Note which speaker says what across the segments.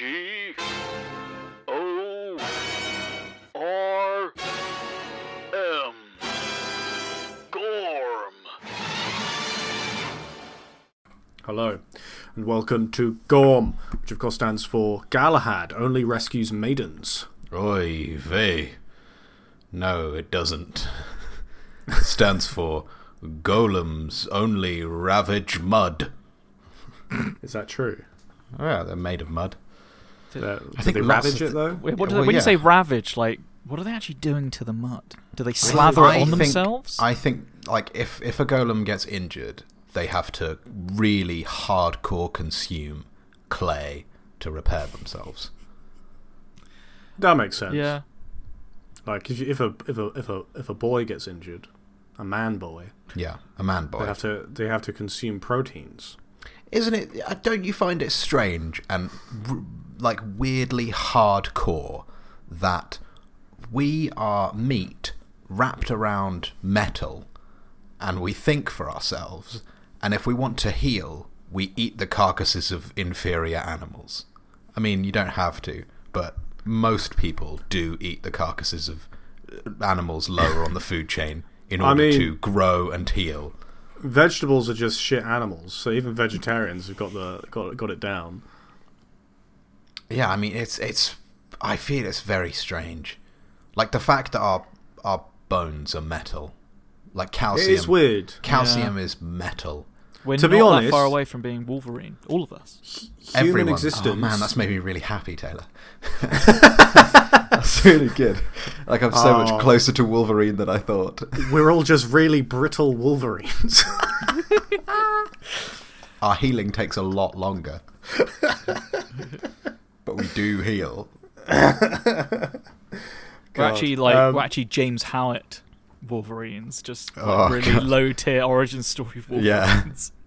Speaker 1: G O R M. Gorm.
Speaker 2: Hello, and welcome to GORM, which of course stands for Galahad Only Rescues Maidens.
Speaker 3: Oy vey. No, it doesn't. It stands for Golems Only Ravage Mud.
Speaker 2: Is that true?
Speaker 3: Oh, yeah, they're made of mud.
Speaker 2: That- do
Speaker 3: think
Speaker 2: they
Speaker 3: lots
Speaker 2: ravage
Speaker 3: of
Speaker 2: it though?
Speaker 4: Wait, what do
Speaker 3: well,
Speaker 4: they, when
Speaker 3: yeah.
Speaker 4: you say ravage, like what are they actually doing to the mud? Do they slather it on
Speaker 3: think-
Speaker 4: themselves?
Speaker 3: I think, like, if, if a golem gets injured, they have to really hardcore consume clay to repair themselves.
Speaker 2: That makes sense.
Speaker 4: yeah,
Speaker 2: Like if, you, if a if a if a if a boy gets injured, a man boy,
Speaker 3: Yeah, a man
Speaker 2: they
Speaker 3: boy.
Speaker 2: have to they have to consume proteins.
Speaker 3: Isn't it? uh, Don't you find it strange and r- like weirdly hardcore that we are meat wrapped around metal and we think for ourselves, and if we want to heal, we eat the carcasses of inferior animals? I mean, you don't have to, but most people do eat the carcasses of uh, animals lower on the food chain in
Speaker 2: I
Speaker 3: order
Speaker 2: mean-
Speaker 3: to grow and heal.
Speaker 2: Vegetables are just shit animals, so even vegetarians have got the got got it down.
Speaker 3: Yeah, I mean it's it's I feel it's very strange. Like the fact that our our bones are metal. Like
Speaker 2: It
Speaker 3: calcium
Speaker 2: is weird.
Speaker 3: calcium is metal.
Speaker 4: we're
Speaker 2: To
Speaker 4: not
Speaker 2: be
Speaker 4: that far
Speaker 2: honest-
Speaker 4: away from being Wolverine. All of us.
Speaker 2: Human
Speaker 3: Everyone
Speaker 2: existence.
Speaker 3: Oh man, that's made me really happy, Taylor. that's really good. Like I'm so
Speaker 2: Oh.
Speaker 3: much closer to Wolverine than I thought.
Speaker 2: We're all just really brittle wolverines.
Speaker 3: Our healing takes a lot longer. but we do heal.
Speaker 4: We're
Speaker 2: God.
Speaker 4: actually like
Speaker 2: Um,
Speaker 4: we're actually James Howitt Wolverines. Just like,
Speaker 3: Oh,
Speaker 4: really
Speaker 3: God.
Speaker 4: low tier origin story
Speaker 3: Yeah.
Speaker 4: Wolverines.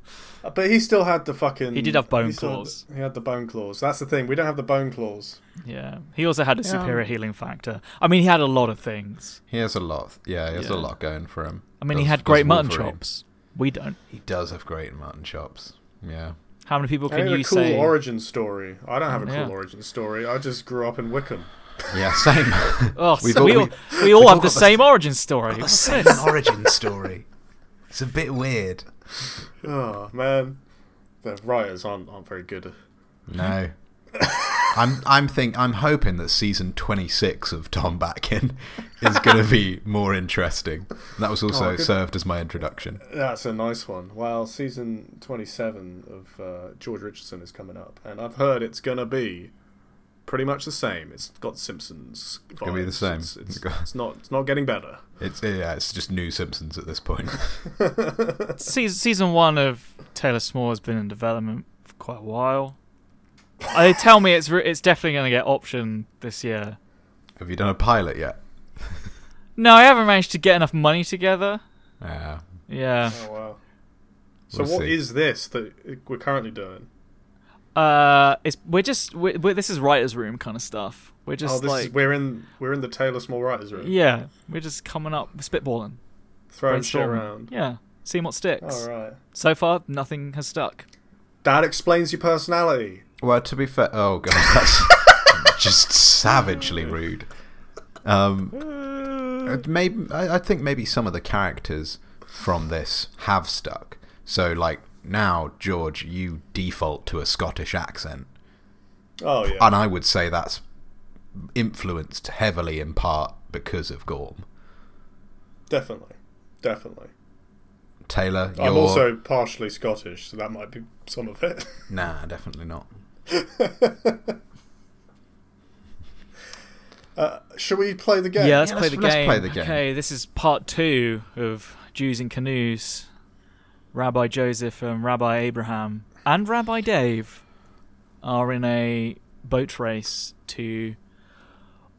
Speaker 2: But he still had the fucking.
Speaker 4: He did have bone
Speaker 2: he still had
Speaker 4: claws.
Speaker 2: the- he had the bone claws. That's the thing. We don't have the bone claws.
Speaker 4: Yeah. He also had a superior healing factor. I mean, he had a lot of things.
Speaker 3: He has a lot. Yeah, he has a
Speaker 4: Yeah.
Speaker 3: lot going for him.
Speaker 4: I mean, he
Speaker 3: Does-
Speaker 4: had
Speaker 3: does
Speaker 4: great mutton
Speaker 3: Wolverine.
Speaker 4: chops. We don't.
Speaker 3: He does have great mutton chops. Yeah.
Speaker 4: How many people
Speaker 2: I
Speaker 4: can
Speaker 2: had
Speaker 4: you
Speaker 2: a cool
Speaker 4: say?
Speaker 2: origin story. I don't have a cool
Speaker 4: Yeah.
Speaker 2: origin story. I just grew up in Wickham.
Speaker 3: Yeah, same.
Speaker 4: Oh,
Speaker 3: We've
Speaker 4: so we
Speaker 3: all-
Speaker 4: all, we all
Speaker 3: all
Speaker 4: have
Speaker 3: got
Speaker 4: the
Speaker 3: the
Speaker 4: same origin story. What's this?
Speaker 3: origin story. It's a bit weird.
Speaker 2: Oh man, the writers aren't aren't very good.
Speaker 3: No. I'm I'm think I'm hoping that season 26 of Tom Batkin is going to be more interesting. That was also
Speaker 2: Oh, good.
Speaker 3: served as my introduction.
Speaker 2: That's a nice one. Well, season twenty-seven of uh, George Richardson is coming up, and I've heard it's gonna be pretty much the same. It's got Simpsons. It's
Speaker 3: gonna be the same.
Speaker 2: It's, it's,
Speaker 3: Go-
Speaker 2: it's not. It's not getting better.
Speaker 3: It's yeah, it's just new Simpsons at this point.
Speaker 4: season, season one of Taylor Small has been in development for quite a while. Uh, they tell me it's re- it's definitely going to get option this year.
Speaker 3: Have you done a pilot yet?
Speaker 4: No, I haven't managed to get enough money together.
Speaker 3: Yeah.
Speaker 4: Yeah.
Speaker 2: Oh wow. So
Speaker 3: We'll
Speaker 2: what is
Speaker 3: see.
Speaker 2: this that we're currently doing? Oh.
Speaker 4: Uh, it's we're just we're, we're, this is writers' room kind of stuff. We're just
Speaker 2: oh, this
Speaker 4: like
Speaker 2: is, we're in we're in the Taylor Small Writers Room.
Speaker 4: yeah, we're just coming up spitballing,
Speaker 2: throwing shit
Speaker 4: brainstorming.
Speaker 2: around.
Speaker 4: Yeah, seeing what sticks.
Speaker 2: All right.
Speaker 4: So far, nothing has stuck.
Speaker 2: That explains your personality.
Speaker 3: Well, to be fair, oh god, that's just savagely rude. Um, maybe I, I think maybe some of the characters from this have stuck. So, like now, George, you default to a Scottish accent,
Speaker 2: Oh yeah.
Speaker 3: and I would say that's influenced heavily in part because of Gorm.
Speaker 2: Definitely. Definitely.
Speaker 3: Taylor, you're
Speaker 2: I'm also partially Scottish, so that might be some of it.
Speaker 3: nah, definitely not.
Speaker 2: Should we play the game?
Speaker 4: Yeah, let's,
Speaker 3: Yeah,
Speaker 4: play,
Speaker 3: let's-
Speaker 4: the
Speaker 3: let's
Speaker 4: game.
Speaker 3: play the game.
Speaker 4: Okay, this is part two of Jews in Canoes. Rabbi Joseph and Rabbi Abraham and Rabbi Dave are in a boat race to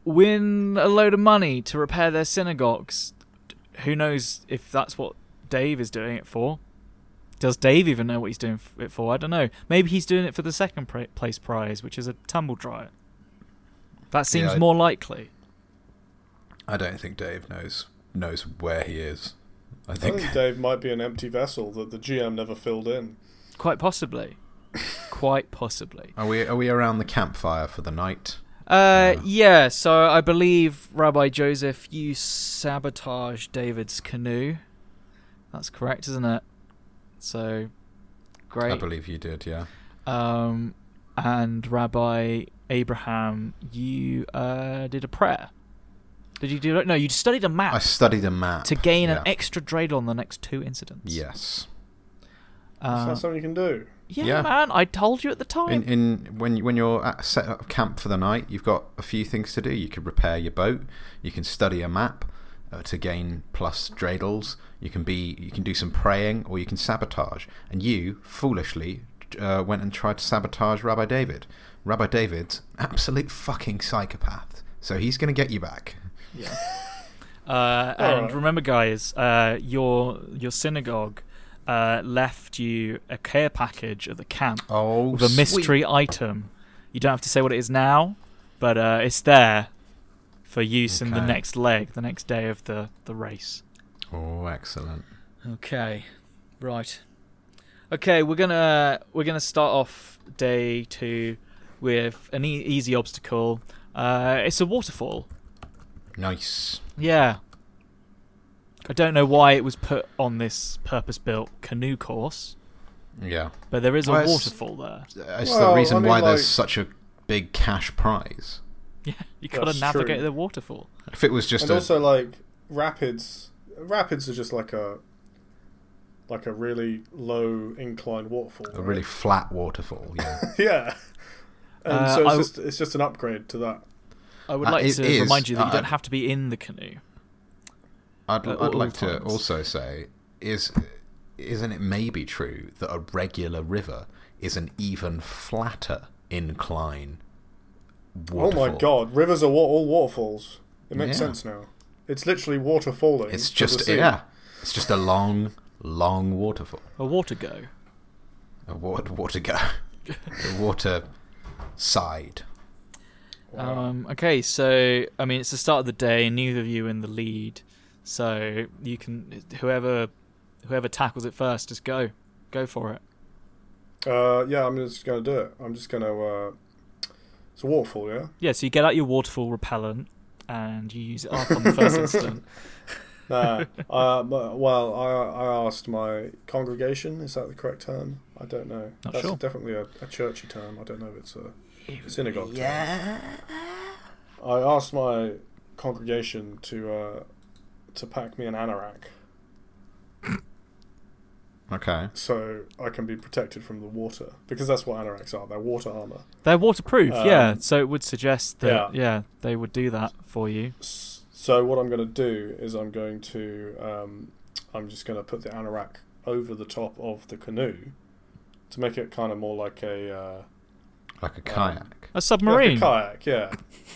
Speaker 4: win a load of money to repair their synagogues. Who knows if that's what Dave is doing it for? Does Dave even know what he's doing f- it for? I don't know. Maybe he's doing it for the second pra- place prize, which is a tumble dryer. That seems
Speaker 3: I-
Speaker 4: more likely.
Speaker 3: I don't think Dave knows knows where he is. I
Speaker 2: I
Speaker 3: think
Speaker 2: think Dave might be an empty vessel that the GM never filled in.
Speaker 4: Quite possibly. Quite possibly.
Speaker 3: Are we are we around the campfire for the night?
Speaker 4: Uh, yeah, so I believe, Rabbi Joseph, you sabotaged David's canoe. That's correct, isn't it? So,
Speaker 3: I
Speaker 4: great.
Speaker 3: believe you did. Yeah.
Speaker 4: Um, and Rabbi Abraham, you uh, did a prayer. Did you do it? No, you studied a map
Speaker 3: I studied a map
Speaker 4: to gain an
Speaker 3: yeah.
Speaker 4: extra dreidel on the next two incidents.
Speaker 3: Yes.
Speaker 2: Is
Speaker 4: Uh,
Speaker 2: that something you can do?
Speaker 4: yeah,
Speaker 3: Yeah.
Speaker 4: man, I told you at the
Speaker 3: In,
Speaker 4: time.
Speaker 3: in when you- when you're at set up camp for the night, you've got a few things to do. You can repair your boat. You can study a map uh, to gain plus dreidels. You can be you can do some praying, or you can sabotage. And you foolishly uh, went and tried to sabotage Rabbi David. Rabbi David's an absolute fucking psychopath. So he's going to get you back.
Speaker 4: Yeah. Uh, and
Speaker 2: Alright.
Speaker 4: remember, guys, uh, your your synagogue uh, left you a care package at the camp
Speaker 3: Oh,
Speaker 4: with a mystery item. You don't have to say what it is now, but uh, it's there for use in the
Speaker 3: Okay.
Speaker 4: next leg, the next day of the, the race.
Speaker 3: Oh, excellent.
Speaker 4: Okay, right. Okay, we're gonna we're gonna start off day two with an e- easy obstacle. Uh, it's a waterfall.
Speaker 3: Nice.
Speaker 4: Yeah. I don't know why it was put on this purpose built canoe course,
Speaker 3: Yeah.
Speaker 4: but there is a
Speaker 3: Well, it's-
Speaker 4: waterfall there.
Speaker 3: It's
Speaker 2: Well, I
Speaker 3: the reason
Speaker 2: mean,
Speaker 3: why
Speaker 2: like-
Speaker 3: there's such a big cash prize.
Speaker 4: Yeah, you gotta
Speaker 2: That's
Speaker 4: navigate
Speaker 2: true.
Speaker 4: the waterfall.
Speaker 3: If it was just
Speaker 2: and
Speaker 3: a
Speaker 2: also like rapids. Rapids are just like a like a really low inclined waterfall.
Speaker 3: a
Speaker 2: right?
Speaker 3: really flat waterfall, yeah.
Speaker 2: yeah. And
Speaker 4: Uh,
Speaker 2: so it's
Speaker 4: I-
Speaker 2: just it's just an upgrade to that.
Speaker 4: I would
Speaker 3: Uh,
Speaker 4: like
Speaker 3: it
Speaker 4: to
Speaker 3: is,
Speaker 4: remind you that you
Speaker 3: uh,
Speaker 4: don't have to be in the canoe.
Speaker 3: I'd,
Speaker 4: At
Speaker 3: I'd
Speaker 4: all
Speaker 3: like to
Speaker 4: times.
Speaker 3: also say is isn't it maybe true that a regular river is an even flatter incline waterfall?
Speaker 2: Oh my god, rivers are wa- all waterfalls. It makes
Speaker 3: Yeah.
Speaker 2: sense now. It's literally water falling.
Speaker 3: It's
Speaker 2: to the
Speaker 3: just
Speaker 2: sea.
Speaker 3: yeah. It's just a long long waterfall.
Speaker 4: A water go.
Speaker 3: A water water go. a water side.
Speaker 4: Um, okay, so, I mean, it's the start of the day, neither of you in the lead, so you can, whoever whoever tackles it first, just go. Go for it.
Speaker 2: Uh, yeah, I'm just gonna do it. I'm just gonna. Uh, it's a waterfall, yeah.
Speaker 4: Yeah, so you get out your waterfall repellent and you use it up on Oh, the first incident.
Speaker 2: Nah. uh, but- well, I I asked my congregation. Is that the correct term? I don't know.
Speaker 4: Not
Speaker 2: That's
Speaker 4: sure.
Speaker 2: definitely a, a churchy term. I don't know if it's a synagogue. Yeah. I asked my congregation to uh, to pack me an anorak
Speaker 3: Okay.
Speaker 2: so I can be protected from the water because that's what anoraks are. They're water armor.
Speaker 4: They're waterproof,
Speaker 2: Um,
Speaker 4: yeah. So it would suggest that yeah.
Speaker 2: yeah.
Speaker 4: they would do that for you.
Speaker 2: S- So what I'm going to do is I'm going to um, I'm just going to put the anorak over the top of the canoe to make it kind of more like a, uh,
Speaker 3: Like a kayak.
Speaker 4: A
Speaker 2: like
Speaker 4: submarine.
Speaker 2: a kayak, yeah,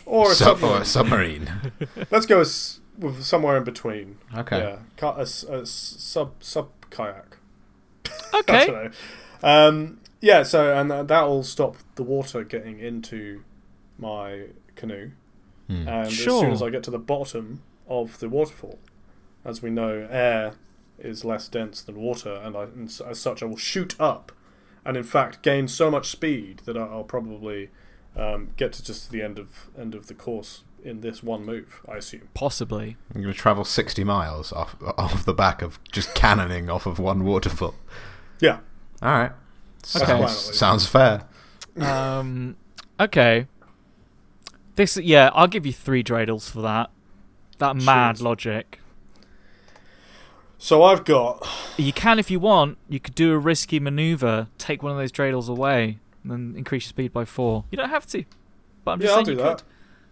Speaker 2: or a
Speaker 3: Sub-
Speaker 2: submarine.
Speaker 3: or a submarine.
Speaker 2: Let's go s- with somewhere in between.
Speaker 3: okay.
Speaker 2: Yeah, Ka- a, s- a s- sub sub kayak. I
Speaker 4: okay.
Speaker 2: don't know. Um, yeah, so and th- that'll stop the water getting into my canoe.
Speaker 3: Hmm.
Speaker 2: And as
Speaker 4: Sure.
Speaker 2: soon as I get to the bottom of the waterfall, as we know, air is less dense than water, and, I, and s- as such, I will shoot up and, in fact, gain so much speed that I- I'll probably um, get to just the end of end of the course in this one move. I assume.
Speaker 4: Possibly.
Speaker 3: I'm going to travel 60 miles off off the back of just cannoning off of one waterfall.
Speaker 2: Yeah.
Speaker 3: All right. Sounds,
Speaker 4: Okay.
Speaker 3: sounds fair.
Speaker 4: Um, okay. This yeah, I'll give you three dreidels for that. That mad
Speaker 2: Cheers.
Speaker 4: logic.
Speaker 2: So I've got.
Speaker 4: You can if you want. You could do a risky maneuver, take one of those dreidels away, and then increase your speed by four. You don't have to, but I'm just
Speaker 2: Yeah, I'll
Speaker 4: saying
Speaker 2: do
Speaker 4: you
Speaker 2: that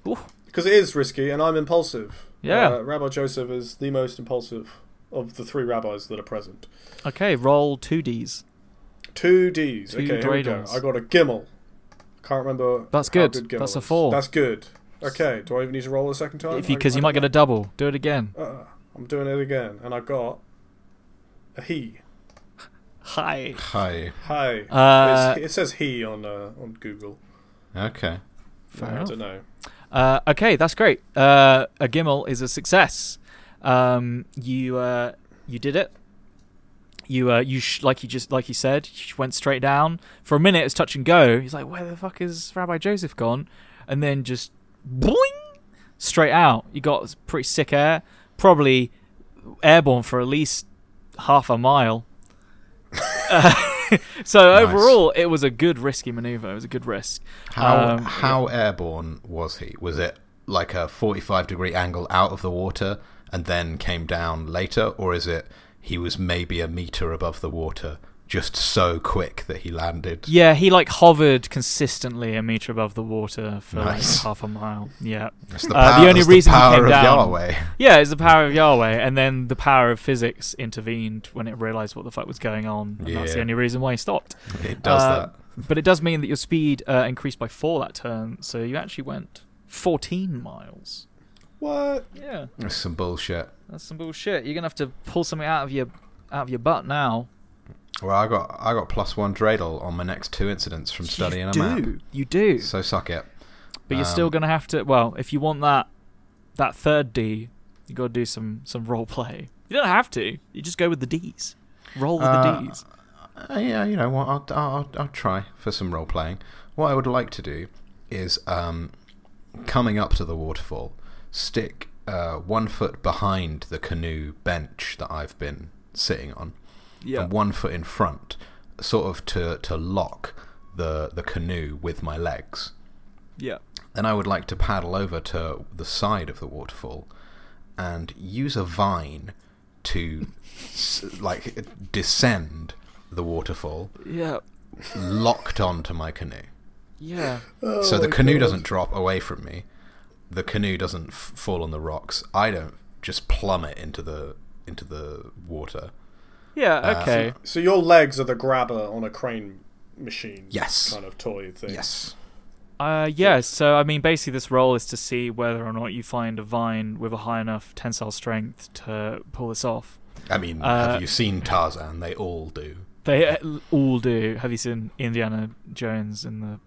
Speaker 4: could. Ooh.
Speaker 2: because it is risky, and I'm impulsive.
Speaker 4: Yeah.
Speaker 2: Uh, Rabbi Joseph is the most impulsive of the three rabbis that are present.
Speaker 4: Okay, roll two Ds.
Speaker 2: Two D's.
Speaker 4: Two
Speaker 2: okay, here we go.
Speaker 4: dreidels.
Speaker 2: I got a Gimmel. Can't remember.
Speaker 4: That's
Speaker 2: how
Speaker 4: good.
Speaker 2: Gimmel
Speaker 4: That's a
Speaker 2: is.
Speaker 4: four.
Speaker 2: That's good. Okay. Do I even need to roll a second time?
Speaker 4: If you
Speaker 2: I-
Speaker 4: because
Speaker 2: I
Speaker 4: you
Speaker 2: don't
Speaker 4: might get
Speaker 2: know.
Speaker 4: a double. Do it again.
Speaker 2: Uh, I'm doing it again, and I got a he.
Speaker 4: Hi.
Speaker 3: Hi.
Speaker 2: Hi.
Speaker 4: Uh,
Speaker 2: It's- it says he on uh, on Google.
Speaker 3: Okay.
Speaker 4: Fair
Speaker 2: I
Speaker 4: enough.
Speaker 2: don't know.
Speaker 4: Uh, okay, that's great. Uh, a Gimmel is a success. Um, you uh, you did it. you uh, you sh- like you just like you said you sh- went straight down for a minute it was touch and go he's like where the fuck is rabbi joseph gone and then just boing straight out you got s- pretty sick air probably airborne for at least half a mile Uh, so
Speaker 3: Nice.
Speaker 4: overall it was a good risky maneuver it was a good risk
Speaker 3: How
Speaker 4: Um,
Speaker 3: how airborne was he? Was it like a 45 degree angle out of the water and then came down later or is it he was maybe a meter above the water just so quick that he landed?
Speaker 4: yeah he like hovered consistently a meter above the water for like,
Speaker 3: Nice.
Speaker 4: half a mile yeah
Speaker 3: It's the,
Speaker 4: Uh,
Speaker 3: pow-
Speaker 4: the only
Speaker 3: it's
Speaker 4: reason he
Speaker 3: power
Speaker 4: came
Speaker 3: of
Speaker 4: down-
Speaker 3: Yahweh.
Speaker 4: Yeah, it's the power of Yahweh, and then the power of physics intervened when it realized what the fuck was going on, and that's the
Speaker 3: Yeah.
Speaker 4: only reason why he stopped.
Speaker 3: It does
Speaker 4: Uh,
Speaker 3: that.
Speaker 4: But it does mean that your speed uh, increased by four that turn, so you actually went 14 miles.
Speaker 2: What?
Speaker 4: Yeah,
Speaker 3: It's some bullshit.
Speaker 4: that's some bullshit. You're gonna have to pull something out of your out of your butt now.
Speaker 3: Well, I got I got plus one dreidel on my next two incidents from studying
Speaker 4: you
Speaker 3: a
Speaker 4: do.
Speaker 3: map.
Speaker 4: You do,
Speaker 3: So suck it.
Speaker 4: but you're
Speaker 3: um,
Speaker 4: still gonna have to. Well, if you want that that third D, you gotta do some some role play. You don't have to. You just go with the D's. Roll with
Speaker 3: Uh,
Speaker 4: the D's.
Speaker 3: Uh, yeah, you know what? I'll, I'll, I'll try for some role playing. What I would like to do is, um, coming up to the waterfall, stick uh, one foot behind the canoe bench that I've been sitting on,
Speaker 4: Yeah.
Speaker 3: and one foot in front, sort of to, to lock the the canoe with my legs.
Speaker 4: Yeah.
Speaker 3: Then I would like to paddle over to the side of the waterfall and use a vine to s- like descend the waterfall
Speaker 4: Yeah.
Speaker 3: locked onto my canoe.
Speaker 4: Yeah.
Speaker 2: Oh
Speaker 3: so the canoe doesn't drop away from me. The canoe doesn't f- fall on the rocks. I don't just plummet into the into the water. Uh,
Speaker 4: Yeah, okay.
Speaker 2: So your legs are the grabber on a crane machine.
Speaker 3: Yes.
Speaker 2: Kind of toy thing.
Speaker 3: Yes.
Speaker 4: Uh, yeah, so I mean, basically, this role is to see whether or not you find a vine with a high enough tensile strength to pull this off.
Speaker 3: I mean,
Speaker 4: Uh,
Speaker 3: have you seen Tarzan? They all do.
Speaker 4: They uh, all do. Have you seen Indiana Jones in the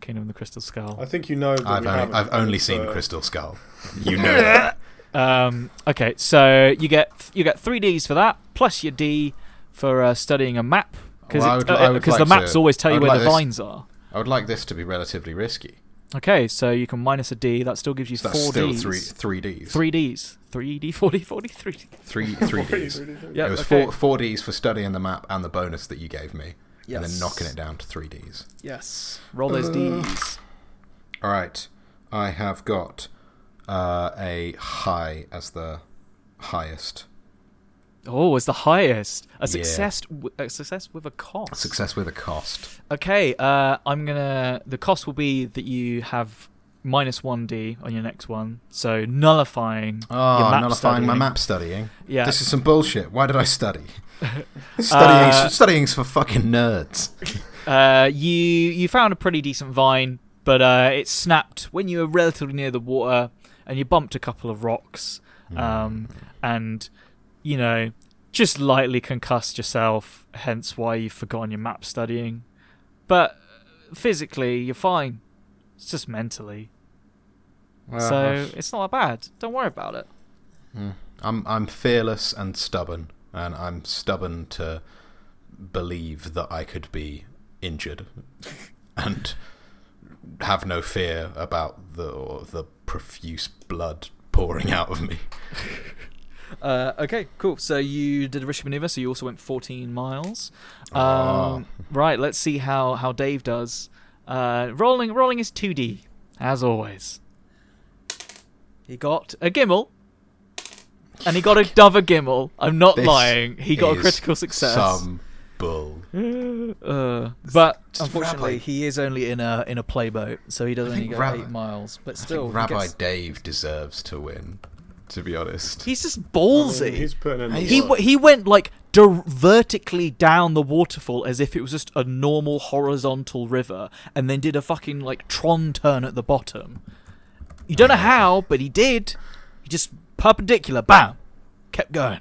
Speaker 4: Kingdom of the Crystal
Speaker 2: I
Speaker 4: Skull?
Speaker 2: think you know that
Speaker 3: I've
Speaker 2: we
Speaker 3: only,
Speaker 2: haven't,
Speaker 3: I've only
Speaker 2: but,
Speaker 3: seen
Speaker 2: uh,
Speaker 3: Crystal Skull. You know that.
Speaker 4: Um, okay, so you get you get three Ds for that, plus your D for uh, studying a map uh, because
Speaker 3: Well, I would- I would
Speaker 4: the
Speaker 3: like
Speaker 4: maps
Speaker 3: to-
Speaker 4: always tell
Speaker 3: I
Speaker 4: you
Speaker 3: would
Speaker 4: where
Speaker 3: like
Speaker 4: the
Speaker 3: this-
Speaker 4: vines are.
Speaker 3: I would like this to be relatively risky.
Speaker 4: Okay, so you can minus a D. That still gives you
Speaker 3: So that's
Speaker 4: four
Speaker 3: still
Speaker 4: Ds.
Speaker 3: three three Ds.
Speaker 4: three Ds. Three D. Forty. Forty. Three. D.
Speaker 3: three three
Speaker 2: pretty-
Speaker 3: Ds.
Speaker 2: pretty good.
Speaker 4: Yeah.
Speaker 3: it was
Speaker 4: okay.
Speaker 3: four four Ds for studying the map and the bonus that you gave me, and
Speaker 4: Yes.
Speaker 3: then knocking it down Uh. to three Ds.
Speaker 4: Yes. Roll those Ds.
Speaker 3: All right, I have got uh, a high as the highest
Speaker 4: Oh, it's the highest.
Speaker 3: Yeah.
Speaker 4: A success, w a success with a cost.
Speaker 3: success with a cost.
Speaker 4: Okay, uh, I'm gonna. The cost will be that you have minus one D on your next one, so nullifying.
Speaker 3: Oh,
Speaker 4: your map
Speaker 3: nullifying my
Speaker 4: studying.
Speaker 3: map studying.
Speaker 4: Yeah.
Speaker 3: This is some bullshit. Why did I study? studying,
Speaker 4: Uh,
Speaker 3: studying's for fucking nerds.
Speaker 4: Uh, you you found a pretty decent vine, but uh, it snapped when you were relatively near the water, and you bumped a couple of rocks,
Speaker 3: Hmm.
Speaker 4: um, and you know just lightly concussed yourself. Hence why you've forgotten your map studying, but physically you're fine. It's just mentally,
Speaker 3: Uh-huh.
Speaker 4: so it's not that bad. Don't worry about it.
Speaker 3: I'm I'm fearless and stubborn, and I'm stubborn to believe that I could be injured, and have no fear about the or the profuse blood pouring out of me.
Speaker 4: Uh, okay, cool. So you did a risky maneuver, so you also went 14 miles. Um,
Speaker 3: Ah.
Speaker 4: Right, let's see how, how Dave does. Uh, rolling rolling is 2D, as always. He got a Gimmel, and he got a Dover Gimmel. I'm not
Speaker 3: This
Speaker 4: lying. He got a
Speaker 3: is
Speaker 4: critical success.
Speaker 3: Some bull.
Speaker 4: Uh, but unfortunately,
Speaker 3: Rabbi-
Speaker 4: he is only in a in a playboat, so he doesn't
Speaker 3: I
Speaker 4: only
Speaker 3: think
Speaker 4: go
Speaker 3: Rabbi-
Speaker 4: eight miles. But
Speaker 3: I think
Speaker 4: still, he
Speaker 3: Rabbi
Speaker 4: gets-
Speaker 3: Dave deserves to win. To be honest,
Speaker 4: he's just
Speaker 2: I mean,
Speaker 4: ballsy.
Speaker 2: he's putting in. the
Speaker 4: He
Speaker 2: work.
Speaker 4: w- he went like dir- vertically down the waterfall as if it was just a normal horizontal river, and then did a fucking like Tron turn at the bottom. You don't know how, but he did. He just perpendicular, bam, kept going.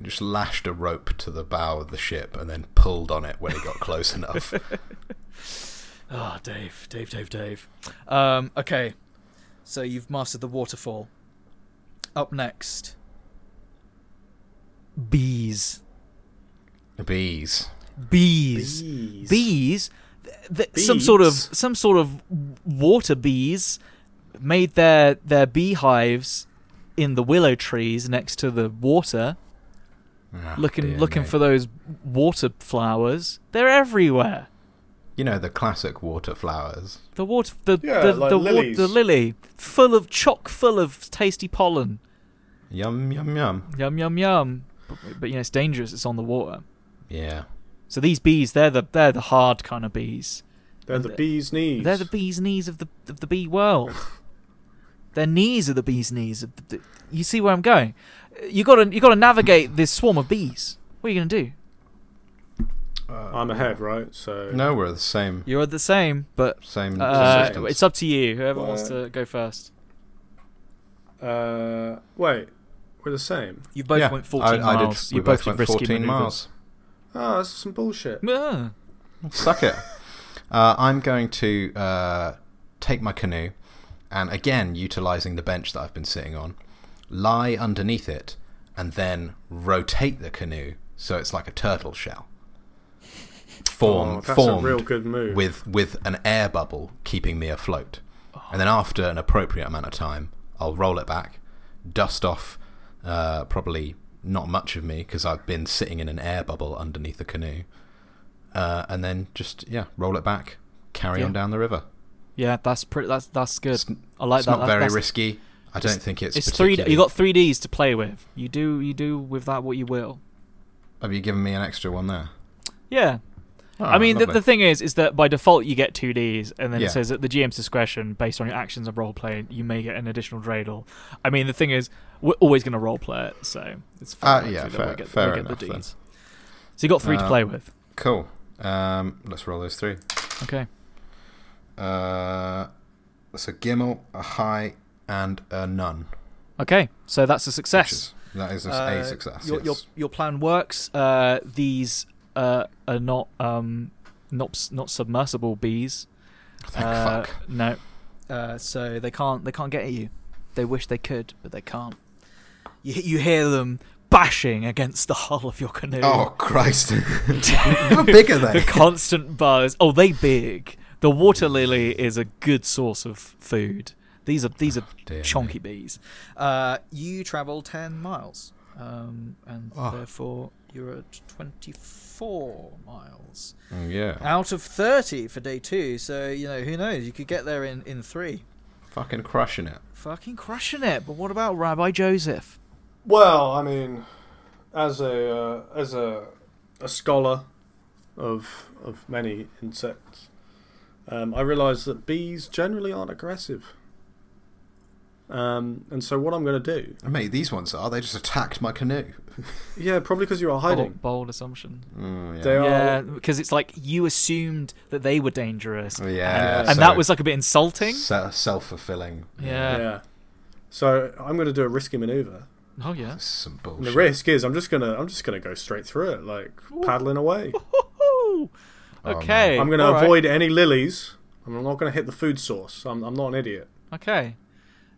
Speaker 3: just lashed a rope to the bow of the ship and then pulled on it when it got close enough.
Speaker 4: Ah, Dave, Dave, Dave, Dave. Um, okay, so you've mastered the waterfall. Up next, bees.
Speaker 3: Bees.
Speaker 4: Bees.
Speaker 2: Bees.
Speaker 4: bees, th- th- some sort of
Speaker 2: Bees?
Speaker 4: some sort of water bees made their their beehives in the willow trees next to the water
Speaker 3: Ah,
Speaker 4: looking
Speaker 3: dear
Speaker 4: looking
Speaker 3: me.
Speaker 4: for those water flowers they're everywhere
Speaker 3: You know the classic water flowers.
Speaker 4: the water the
Speaker 2: Yeah,
Speaker 4: the,
Speaker 2: like
Speaker 4: the, wa-
Speaker 2: lilies.
Speaker 4: the lily full of chock full of tasty pollen
Speaker 3: Yum yum yum.
Speaker 4: yum yum yum but, but you know it's dangerous it's on the water
Speaker 3: Yeah.
Speaker 4: so these bees they're the they're the hard kind of bees
Speaker 2: They're the bees' knees.
Speaker 4: They're the bee's knees of the of the bee world. Their knees are the bee's knees of the. You see where I'm going? You got to you got to navigate this swarm of bees. What are you going to do? Uh,
Speaker 2: I'm ahead, right? So
Speaker 3: No, we're the same.
Speaker 4: You're the same, but
Speaker 3: Same.
Speaker 4: uh,
Speaker 3: resistance.
Speaker 4: it's up to you. Whoever wants
Speaker 2: Uh,
Speaker 4: to go first.
Speaker 2: Uh, wait, we're the same.
Speaker 4: You both
Speaker 3: Yeah,
Speaker 4: went 14
Speaker 3: I, I
Speaker 4: miles.
Speaker 3: Did,
Speaker 4: you
Speaker 3: we both,
Speaker 4: did
Speaker 3: went
Speaker 4: risky
Speaker 3: 14
Speaker 4: maneuvers.
Speaker 3: miles.
Speaker 2: Ah, that's some bullshit.
Speaker 4: Ah,
Speaker 3: Suck it. Uh, I'm going to uh, take my canoe and again, utilizing the bench that I've been sitting on, lie underneath it and then rotate the canoe so it's like a turtle shell. Form,
Speaker 2: Oh, that's
Speaker 3: formed
Speaker 2: a real good move.
Speaker 3: with with an air bubble keeping me afloat. And then after an appropriate amount of time, I'll roll it back, dust off uh, probably not much of me because I've been sitting in an air bubble underneath the canoe, uh, and then just yeah, roll it back, carry
Speaker 4: Yeah.
Speaker 3: on down the river.
Speaker 4: yeah, that's pretty. That's that's good.
Speaker 3: It's,
Speaker 4: I like
Speaker 3: it's
Speaker 4: that.
Speaker 3: not
Speaker 4: that-
Speaker 3: very
Speaker 4: that's-
Speaker 3: risky. I don't think it's.
Speaker 4: It's three.
Speaker 3: particularly-
Speaker 4: You got three Ds to play with. You do. You do with that what you will.
Speaker 3: Have you given me an extra one there?
Speaker 4: Yeah. I mean, the, the thing is, is that by default you get two Ds, and
Speaker 3: Oh,
Speaker 4: then
Speaker 3: Yeah.
Speaker 4: it says at the GM's discretion, based on your actions and roleplay, you may get an additional dreidel. I mean, the thing is, we're always going to roleplay it, so it's fair.
Speaker 3: Ah,
Speaker 4: actually,
Speaker 3: yeah,
Speaker 4: that
Speaker 3: fair-
Speaker 4: we get,
Speaker 3: fair
Speaker 4: we get
Speaker 3: enough
Speaker 4: the
Speaker 3: then.
Speaker 4: Ds. So you got three to
Speaker 3: Uh,
Speaker 4: play with.
Speaker 3: cool. Um, let's roll those three.
Speaker 4: Okay.
Speaker 3: Uh, so Gimel, a high, and a nun.
Speaker 4: Okay. So that's a
Speaker 3: which
Speaker 4: success.
Speaker 3: is- That is a,
Speaker 4: Uh,
Speaker 3: a success.
Speaker 4: Your,
Speaker 3: yes.
Speaker 4: your your plan works. Uh, these uh, are not um, not s- not submersible bees.
Speaker 3: Thank
Speaker 4: Uh,
Speaker 3: fuck.
Speaker 4: No. Uh, so they can't they can't get at you. They wish they could, but they can't. You you hear them bashing against the hull of your canoe.
Speaker 3: Oh Christ! How big are
Speaker 4: the
Speaker 3: they?
Speaker 4: constant buzz. Oh, they big. The water lily is a good source of food. These are these are
Speaker 3: dear
Speaker 4: chonky bees. Uh, you travel ten miles, um, and
Speaker 3: Oh.
Speaker 4: therefore you're at twenty four miles
Speaker 3: Oh, yeah,
Speaker 4: out of thirty for day two. So you know who knows? You could get there in in three.
Speaker 3: fucking crushing it.
Speaker 4: Fucking crushing it. But what about Rabbi Joseph?
Speaker 2: Well, I mean, as a uh, as a a scholar of of many insects, um, I realise that bees generally aren't aggressive. Um, and so what I'm going to do?
Speaker 3: Mate, these ones are—they just attacked my canoe.
Speaker 2: Yeah, probably because you are hiding.
Speaker 4: bold assumption.
Speaker 3: Mm, yeah.
Speaker 2: They are-
Speaker 4: Oh, Yeah, because it's like you assumed that they were dangerous.
Speaker 3: Oh, Yeah,
Speaker 4: And, and
Speaker 3: so-
Speaker 4: that was like a bit insulting.
Speaker 3: Se- self-fulfilling.
Speaker 4: Yeah.
Speaker 2: Yeah. So I'm going to do a risky maneuver.
Speaker 4: Oh yeah.
Speaker 3: That's some
Speaker 2: And
Speaker 3: bullshit.
Speaker 2: the risk is I'm just gonna I'm just gonna go straight through it, like paddling away.
Speaker 4: Woohoo!
Speaker 3: man.
Speaker 4: Okay.
Speaker 2: I'm gonna
Speaker 4: all right.
Speaker 2: avoid any lilies. I'm not gonna hit the food source. I'm, I'm not an idiot.
Speaker 4: Okay.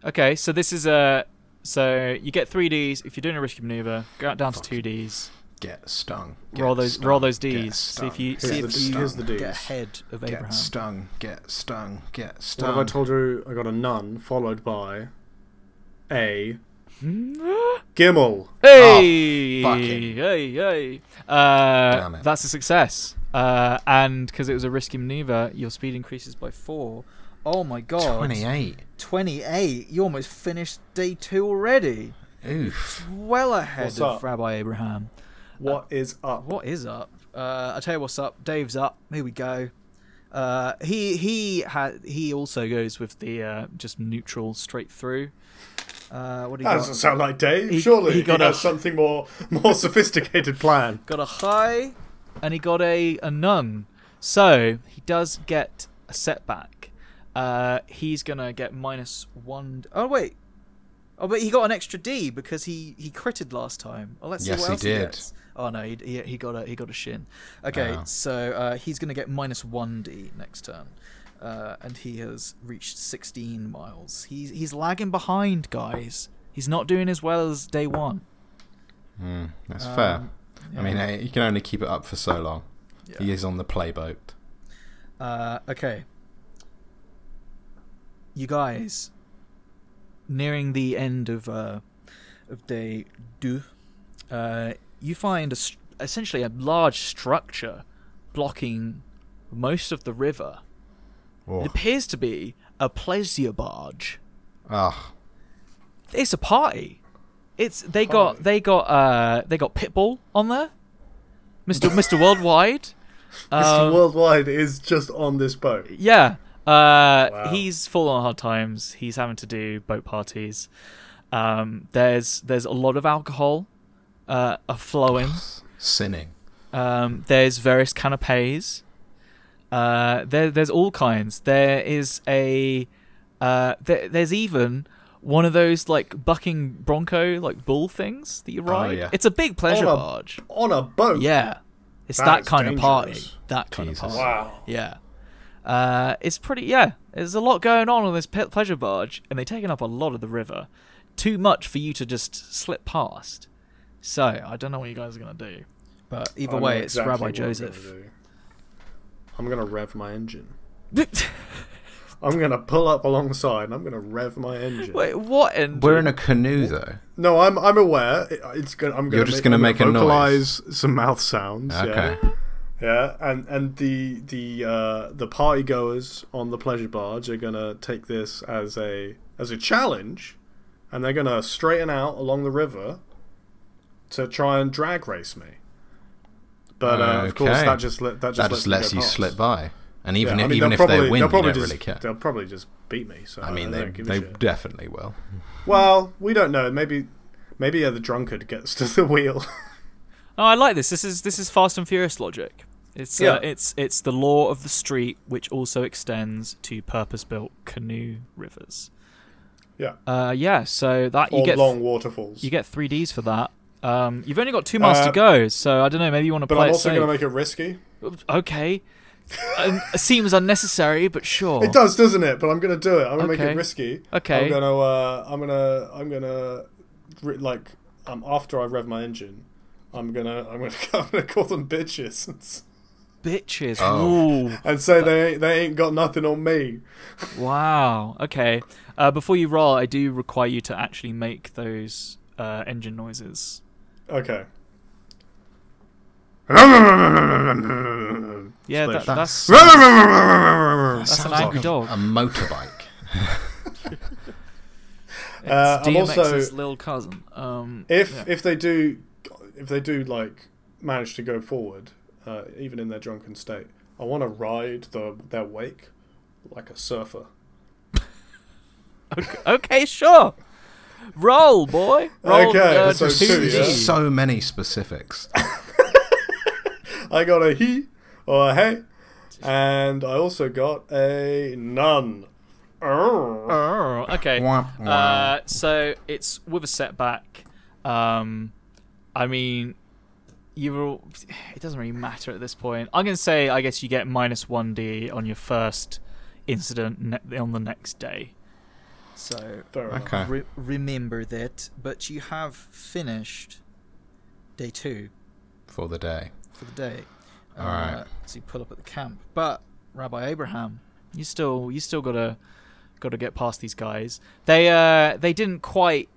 Speaker 4: Okay. So this is a. So you get three Ds if you're doing a risky maneuver. Go out down to two Ds.
Speaker 3: Get stung. Get
Speaker 4: Roll those.
Speaker 3: stung,
Speaker 4: roll those
Speaker 3: get
Speaker 4: Ds. See if
Speaker 3: stung,
Speaker 4: you.
Speaker 3: get
Speaker 4: See
Speaker 2: Here's
Speaker 4: if
Speaker 2: the,
Speaker 4: you
Speaker 3: stung,
Speaker 2: here's the D's.
Speaker 4: get ahead of Abraham.
Speaker 3: Get stung. Get stung. Get
Speaker 2: What
Speaker 3: stung.
Speaker 2: have I told you? I got a nun followed by a gimel.
Speaker 4: Hey!
Speaker 3: Oh, fucking-
Speaker 4: Hey, hey. Uh,
Speaker 3: Damn it.
Speaker 4: that's a success. Uh, and because it was a risky maneuver, your speed increases by four. Oh my god.
Speaker 3: Twenty-eight.
Speaker 4: 28. You almost finished day two already.
Speaker 3: Oof.
Speaker 4: Well ahead
Speaker 2: What's
Speaker 4: of
Speaker 2: up?
Speaker 4: Rabbi Abraham.
Speaker 2: What is up?
Speaker 4: What is up? Uh, I tell you what's up. Dave's up. Here we go. Uh, he he ha- he also goes with the uh, just neutral straight through. Uh, what do you
Speaker 2: That
Speaker 4: got?
Speaker 2: doesn't sound like Dave.
Speaker 4: He-
Speaker 2: Surely
Speaker 4: he
Speaker 2: he,
Speaker 4: got
Speaker 2: has
Speaker 4: a-
Speaker 2: something more more sophisticated plan.
Speaker 4: got a high and he got a, a nun. So he does get a setback. Uh, he's gonna get minus one oh wait. Oh, but he got an extra D because he he critted last time. Oh, let's see
Speaker 3: Yes,
Speaker 4: what
Speaker 3: he
Speaker 4: else
Speaker 3: did.
Speaker 4: gets. Oh no, he, he, he got a he got a shin. Okay,
Speaker 3: Oh.
Speaker 4: so uh, he's gonna get minus one D next turn, uh, and he has reached sixteen miles. He's he's lagging behind, guys. He's not doing as well as day one. Um,
Speaker 3: That's fair. I mean, eh, you can only keep it up for so long.
Speaker 5: Yeah.
Speaker 3: He is on the playboat.
Speaker 4: Uh, okay. You guys, nearing the end of uh, of day two, uh, you find a, s- essentially a large structure blocking most of the river.
Speaker 3: Oh.
Speaker 4: It appears to be a pleasure barge.
Speaker 3: Ah,
Speaker 4: It's a party. It's they got they got uh they got Pitbull on there, Mister Mister Worldwide.
Speaker 2: Mr.
Speaker 4: Um,
Speaker 2: Worldwide is just on this boat.
Speaker 4: Yeah. Uh,
Speaker 2: Wow.
Speaker 4: he's full on hard times. He's having to do boat parties. Um, there's there's a lot of alcohol, uh, a flowing.
Speaker 3: sinning.
Speaker 4: Um, there's various canapes. Uh, there there's all kinds. There is a uh, there, there's even one of those like bucking bronco like bull things that you ride.
Speaker 3: yeah.
Speaker 4: It's a big pleasure
Speaker 2: On Oh, a-
Speaker 4: barge.
Speaker 2: On a boat.
Speaker 4: Yeah, it's
Speaker 2: That
Speaker 4: that,
Speaker 2: is
Speaker 4: kind of party.
Speaker 2: dangerous.
Speaker 4: That kind
Speaker 3: Jesus.
Speaker 4: of party.
Speaker 2: Wow.
Speaker 4: Yeah. Uh, it's pretty. Yeah, there's a lot going on on this pe- pleasure barge, and they've taken up a lot of the river. Too much for you to just slip past. So I don't know what you guys are gonna do, but
Speaker 2: I
Speaker 4: either
Speaker 2: know
Speaker 4: way, it's
Speaker 2: exactly
Speaker 4: Rabbi
Speaker 2: what I'm gonna
Speaker 4: Joseph.
Speaker 2: do. I'm gonna rev my engine. I'm gonna pull up alongside and I'm gonna rev my engine.
Speaker 4: Wait, what? And
Speaker 3: We're in a canoe though.
Speaker 2: No, I'm I'm aware. It- It's gonna. I'm gonna.
Speaker 3: You're just gonna
Speaker 2: I'm
Speaker 3: make a noise.
Speaker 2: vocalize some mouth sounds.
Speaker 3: Okay.
Speaker 2: Yeah. Yeah, and and the the uh, the party goers on the pleasure barge are gonna take this as a as a challenge, and they're gonna straighten out along the river to try and drag race me. But uh, of course,
Speaker 3: Okay.
Speaker 2: that just let, that just
Speaker 3: that just lets
Speaker 2: me
Speaker 3: you
Speaker 2: go past.
Speaker 3: slip by. And even
Speaker 2: Yeah,
Speaker 3: if,
Speaker 2: I mean,
Speaker 3: even
Speaker 2: they'll
Speaker 3: if
Speaker 2: probably-
Speaker 3: they win,
Speaker 2: they'll
Speaker 3: you don't
Speaker 2: probably
Speaker 3: really
Speaker 2: just-
Speaker 3: care.
Speaker 2: They'll probably just beat me. So
Speaker 3: I mean,
Speaker 2: they
Speaker 3: they
Speaker 2: don't give
Speaker 3: they
Speaker 2: a shit.
Speaker 3: definitely will.
Speaker 2: Well, we don't know. Maybe maybe uh, the drunkard gets to the wheel.
Speaker 4: oh, I like this. This is this is Fast and Furious logic. It's
Speaker 2: Yeah.
Speaker 4: uh, it's it's the law of the street, which also extends to purpose-built canoe rivers.
Speaker 2: yeah.
Speaker 4: Uh, yeah. So that you
Speaker 2: or
Speaker 4: get
Speaker 2: long waterfalls.
Speaker 4: You get three Ds for that. Um, you've only got two months
Speaker 2: Uh,
Speaker 4: to go, so I don't know. Maybe you want to
Speaker 2: but
Speaker 4: play
Speaker 2: I'm
Speaker 4: it
Speaker 2: also
Speaker 4: safe.
Speaker 2: going to make it risky.
Speaker 4: okay. um, seems unnecessary, but sure.
Speaker 2: It does, doesn't it? But I'm going to do it. I'm going to make
Speaker 4: Okay.
Speaker 2: it risky.
Speaker 4: Okay.
Speaker 2: I'm going to. Uh, I'm going to. I'm going to. Re- like, um, after I rev my engine, I'm gonna. I'm gonna. I'm gonna call them bitches and, s-
Speaker 4: Bitches.
Speaker 3: Oh.
Speaker 4: Ooh,
Speaker 2: and say they ain't, they ain't got nothing on me.
Speaker 4: wow. Okay. Uh, before you roll, I do require you to actually make those uh, engine noises.
Speaker 2: Okay. Uh,
Speaker 4: Yeah,
Speaker 2: Splish.
Speaker 4: that,
Speaker 3: That's-
Speaker 4: that's that's an
Speaker 3: Sounds
Speaker 4: angry
Speaker 3: like
Speaker 4: dog.
Speaker 3: A motorbike.
Speaker 4: it's
Speaker 2: Uh, I'm
Speaker 4: DMX's
Speaker 2: also-
Speaker 4: little cousin. Um,
Speaker 2: If
Speaker 4: yeah.
Speaker 2: if they do, if they do like manage to go forward, uh, even in their drunken state, I want to ride the their wake like a surfer.
Speaker 4: okay, sure. Roll, boy. Roll,
Speaker 2: Okay,
Speaker 4: uh,
Speaker 2: so
Speaker 4: two
Speaker 2: two,
Speaker 4: Ds.
Speaker 2: yeah.
Speaker 3: so many specifics.
Speaker 2: Uh, I got a he or a hey, and I also got a none. Arr.
Speaker 4: Oh, okay.
Speaker 3: Womp womp.
Speaker 4: Uh, so it's with a setback. Um, I mean, you were. all- It doesn't really matter at this point. I'm gonna say, I guess you get minus one d on your first incident ne- on the next day. So
Speaker 2: Fair enough.
Speaker 3: Okay.
Speaker 4: re- remember that. But you have finished day two
Speaker 3: For the day.
Speaker 4: for the day. Uh,
Speaker 3: All right.
Speaker 4: So you pull up at the camp, but Rabbi Abraham, you still you still gotta gotta get past these guys. They uh they didn't quite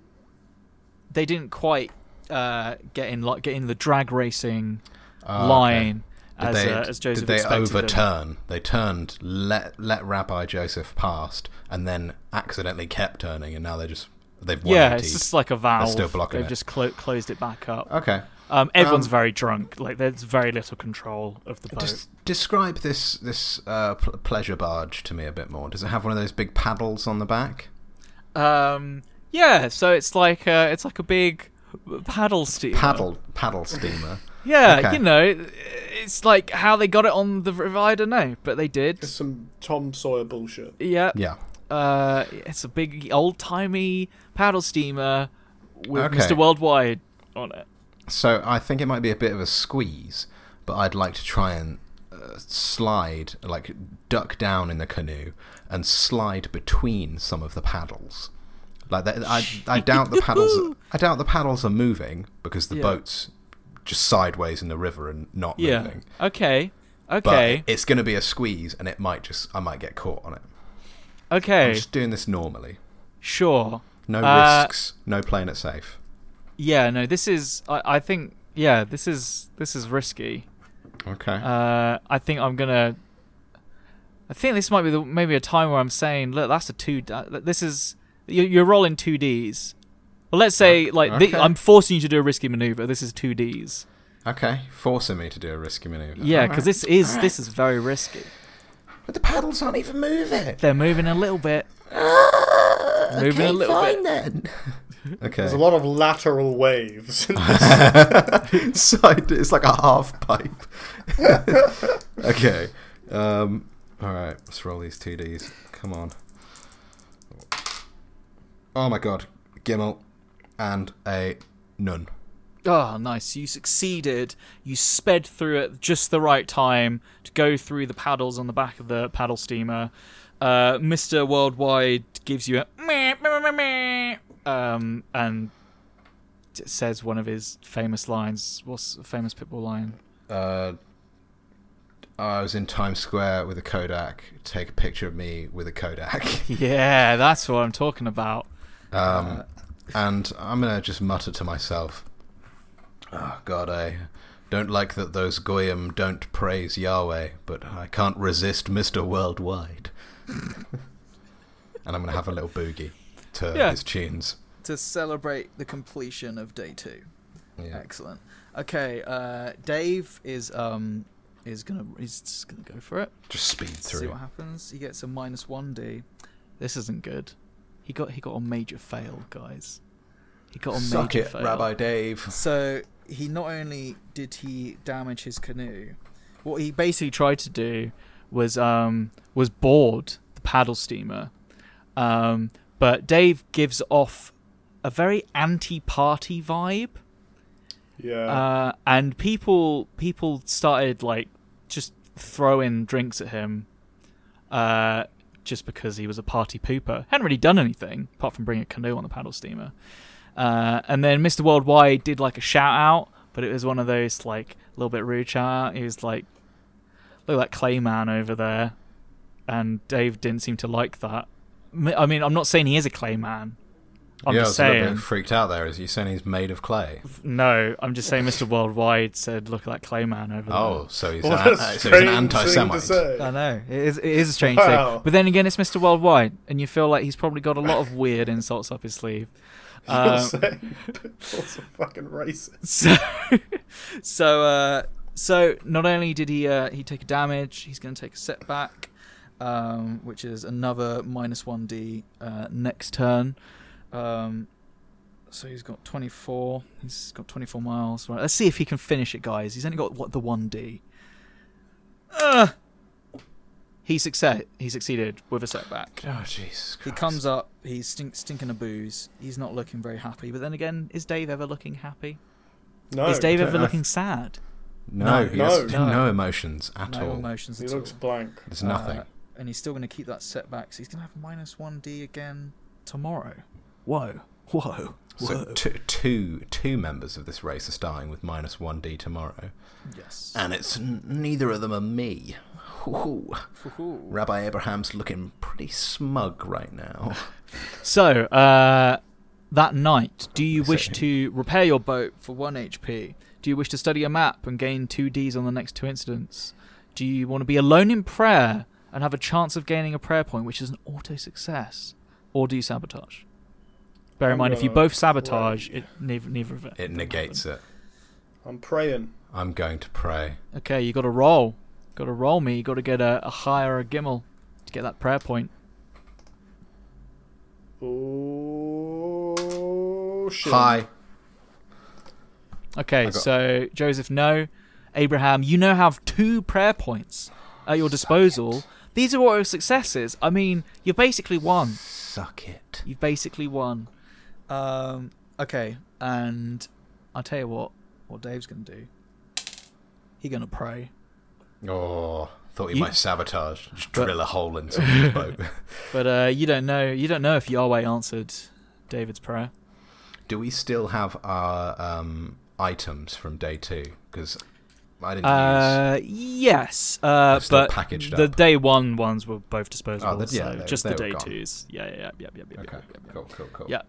Speaker 4: they didn't quite uh get in like get in the drag racing
Speaker 3: Oh,
Speaker 4: line
Speaker 3: okay.
Speaker 4: as
Speaker 3: Did they,
Speaker 4: uh, as Joseph
Speaker 3: did they
Speaker 4: expected them.
Speaker 3: overturn? They turned, let let Rabbi Joseph past, and then accidentally kept turning, and now they're just they've
Speaker 4: Yeah,
Speaker 3: 180'd.
Speaker 4: it's just like a valve.
Speaker 3: still blocking
Speaker 4: They've
Speaker 3: it.
Speaker 4: just clo- closed it back up.
Speaker 3: okay.
Speaker 4: Um, everyone's
Speaker 3: um,
Speaker 4: very drunk. Like there's very little control of the boat.
Speaker 3: Just describe this this uh, pl- pleasure barge to me a bit more. Does it have one of those big paddles on the back?
Speaker 4: Um, yeah. So it's like uh, it's like a big paddle steamer.
Speaker 3: Paddle paddle steamer.
Speaker 4: Yeah,
Speaker 3: Okay.
Speaker 4: you know, it's like how they got it on the river. I don't know, but they did.
Speaker 2: Just some Tom Sawyer bullshit.
Speaker 4: Yeah.
Speaker 3: yeah.
Speaker 4: Uh, it's a big old timey paddle steamer with
Speaker 3: Okay.
Speaker 4: Mr. Worldwide on it.
Speaker 3: So I think it might be a bit of a squeeze, but I'd like to try and uh, slide, like duck down in the canoe and slide between some of the paddles. Like that, I, I doubt the paddles. I doubt the paddles are moving because the
Speaker 4: Yeah.
Speaker 3: boat's just sideways in the river and not
Speaker 4: Yeah.
Speaker 3: moving.
Speaker 4: Okay.
Speaker 3: But
Speaker 4: Okay.
Speaker 3: it's going to be a squeeze, and it might just I might get caught on it.
Speaker 4: okay.
Speaker 3: I'm just doing this normally.
Speaker 4: Sure.
Speaker 3: No
Speaker 4: Uh,
Speaker 3: risks. No playing it safe.
Speaker 4: Yeah. No. This is. I, I think. Yeah. This is. This is risky.
Speaker 3: Okay.
Speaker 4: Uh, I think I'm gonna. I think this might be the, maybe a time where I'm saying, look, that's a two. uh, This is you're, you're rolling two Ds. Well, let's say like
Speaker 3: okay.
Speaker 4: the, I'm forcing you to do a risky maneuver. This is two Ds.
Speaker 3: okay. Forcing me to do a risky maneuver.
Speaker 4: Yeah,
Speaker 3: Alright.
Speaker 4: because this is this is very risky.
Speaker 3: But the paddles aren't even moving. Ah,
Speaker 4: They're moving a little bit. moving a little bit.
Speaker 3: then. okay.
Speaker 2: There's a lot of lateral waves.
Speaker 3: Uh, Side- it's like a half pipe. okay. Um, all right. Let's roll these two Ds. Come on. Oh my god. Gimel and a nun.
Speaker 4: Oh, nice. You succeeded. You sped through at just the right time to go through the paddles on the back of the paddle steamer. Uh, Mr. Worldwide gives you a meh, meh, meh, meh, meh, um, and t- says one of his famous lines. What's a famous Pitbull line?
Speaker 3: Uh, I was in Times Square with a Kodak. Take a picture of me with a Kodak.
Speaker 4: Yeah, that's what I'm talking about.
Speaker 3: Um, and I'm gonna just mutter to myself, "Oh God, I don't like that those goyim don't praise Yahweh, but I can't resist Mister Worldwide." and I'm gonna have a little boogie to
Speaker 4: Yeah.
Speaker 3: his tunes.
Speaker 5: to celebrate the completion of day two.
Speaker 3: Yeah.
Speaker 5: Excellent. Okay, uh, Dave is um is gonna he's just gonna go for it.
Speaker 3: Just speed
Speaker 5: See
Speaker 3: through.
Speaker 5: what happens. He gets a minus one d.
Speaker 4: This isn't good. He got he got a major fail, guys. He got a
Speaker 3: Suck
Speaker 4: major
Speaker 3: it,
Speaker 4: fail.
Speaker 3: Rabbi Dave.
Speaker 5: So he not only did he damage his canoe, what he
Speaker 4: basically
Speaker 5: basically
Speaker 4: tried to do was um, was board the paddle steamer, um, but Dave gives off a very anti-party vibe,
Speaker 2: yeah.
Speaker 4: uh, and people people started like just throwing drinks at him, uh, just because he was a party pooper. Hadn't really done anything apart from bring a canoe on the paddle steamer, uh, and then Mr. Worldwide did like a shout out, but it was one of those like a little bit rude shout out. He was like, "Look at that clay man over there," and Dave didn't seem to like that. M- I mean, I'm not saying he is a clay man. I'm
Speaker 3: yeah, I
Speaker 4: just
Speaker 3: was a little
Speaker 4: saying.
Speaker 3: bit freaked out there. Is you saying he's made of clay?
Speaker 4: No, I'm just saying Mr. Worldwide said, look at that clay man over there.
Speaker 3: Oh, so he's,
Speaker 2: What
Speaker 3: an,
Speaker 2: a
Speaker 3: so he's
Speaker 2: strange thing
Speaker 3: an
Speaker 2: to
Speaker 3: anti-Semite. Uh,
Speaker 2: say.
Speaker 4: I know. It is, it is a strange
Speaker 2: Wow.
Speaker 4: thing. But then again, it's Mr. Worldwide, and you feel like he's probably got a lot of weird insults up his sleeve. Um,
Speaker 2: Saying
Speaker 3: uh,
Speaker 2: people's a fucking racist.
Speaker 4: so, so, uh, so not only did he uh, he take a damage, he's going to take a setback.
Speaker 5: um which is another minus one d uh, next turn. Um, so he's got twenty four. He's got twenty four miles. Right, let's see if he can finish it, guys. He's only got what the one d.
Speaker 4: He succe- he succeeded with a setback.
Speaker 3: Oh Jesus
Speaker 5: He
Speaker 3: Christ!
Speaker 5: comes up, he's stink, stinking a booze. He's not looking very happy. But then again, is Dave ever looking happy?
Speaker 2: No,
Speaker 5: Oh,
Speaker 4: is Dave
Speaker 2: don't
Speaker 4: ever
Speaker 2: know.
Speaker 4: looking sad?
Speaker 3: No,
Speaker 5: No,
Speaker 3: he has
Speaker 2: no.
Speaker 3: no emotions at
Speaker 5: No
Speaker 3: all.
Speaker 5: emotions
Speaker 2: He
Speaker 5: at
Speaker 2: looks
Speaker 5: all.
Speaker 2: blank.
Speaker 3: There's nothing.
Speaker 5: Uh, and he's still going to keep that setback. So he's going to have minus one d again tomorrow. Whoa, whoa,
Speaker 3: So t- two two members of this race are starting with minus one D tomorrow,
Speaker 5: yes.
Speaker 3: and it's n- neither of them are me. Ooh. Rabbi Abraham's looking pretty smug right now.
Speaker 4: So, uh, that night, do you
Speaker 3: Is it-
Speaker 4: wish to repair your boat?
Speaker 5: Vote for one HP.
Speaker 4: Do you wish to study a map and gain two Ds on the next two incidents? Do you want to be alone in prayer and have a chance of gaining a prayer point, which is an auto success? Or do you sabotage? Bear in
Speaker 2: I'm
Speaker 4: mind, if you
Speaker 2: gonna
Speaker 4: both sabotage,
Speaker 2: pray.
Speaker 4: it neither, neither of it.
Speaker 3: It negates it.
Speaker 2: I'm praying.
Speaker 3: I'm going to pray.
Speaker 4: Okay, you got to roll. Got to roll me. You got to get a, a high or a gimel to get that prayer point.
Speaker 2: Oh shit!
Speaker 3: Hi.
Speaker 4: Okay,
Speaker 3: I got-
Speaker 4: so Joseph, no. Abraham, you now have two prayer points at your disposal. These are auto successes. I mean, you've basically won.
Speaker 3: Suck it.
Speaker 4: You've basically won.
Speaker 5: Um, okay, and I'll tell you what. What Dave's going to do? He's going to pray.
Speaker 3: Oh, thought you,
Speaker 4: You-
Speaker 3: might sabotage. Just
Speaker 4: But-
Speaker 3: drill a hole into his boat.
Speaker 4: But uh, you don't know. You don't know if Yahweh answered David's prayer.
Speaker 3: Do we still have our um, items from day two? Because I didn't use.
Speaker 4: Uh, yes, uh,
Speaker 3: still
Speaker 4: but
Speaker 3: packaged
Speaker 4: the
Speaker 3: up.
Speaker 4: day one ones were both disposable,
Speaker 3: yeah,
Speaker 4: so
Speaker 3: they-
Speaker 4: just
Speaker 3: they
Speaker 4: the
Speaker 3: were
Speaker 4: day
Speaker 3: gone.
Speaker 4: twos. Yeah, yeah, yeah, yeah, yeah, yeah.
Speaker 3: Okay,
Speaker 4: yeah, yeah, yeah.
Speaker 3: cool, cool, cool.
Speaker 4: Yeah.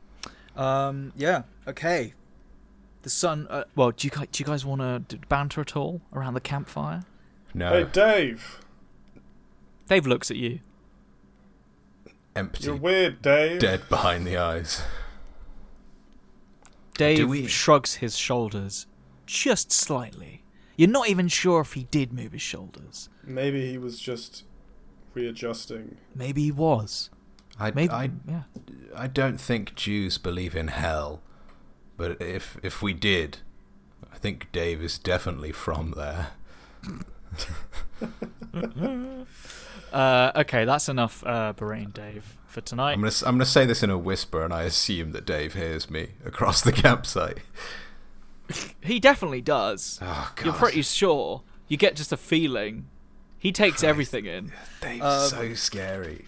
Speaker 5: Um, yeah. Okay. The sun. Uh,
Speaker 4: Well, do you guys, do you guys want to banter at all around the campfire?
Speaker 3: No,
Speaker 2: Hey, Dave.
Speaker 4: Dave looks at you.
Speaker 3: empty,
Speaker 2: You're weird, Dave.
Speaker 3: dead behind the eyes.
Speaker 4: Dave
Speaker 3: we-
Speaker 4: shrugs his shoulders just slightly. You're not even sure if he did move his shoulders.
Speaker 2: Maybe he was just readjusting.
Speaker 4: Maybe he was.
Speaker 3: I,
Speaker 4: Maybe.
Speaker 3: I,
Speaker 4: yeah.
Speaker 3: I don't think Jews believe in hell, but if if we did, I think Dave is definitely from there.
Speaker 4: Uh, okay, that's enough uh, berating Dave for tonight.
Speaker 3: I'm gonna s- I'm gonna say this in a whisper, and I assume that Dave hears me across the campsite.
Speaker 4: He definitely does.
Speaker 3: Oh God,
Speaker 4: You're pretty sure. You get just a feeling. He takes everything in.
Speaker 3: Dave's
Speaker 5: um,
Speaker 3: so scary.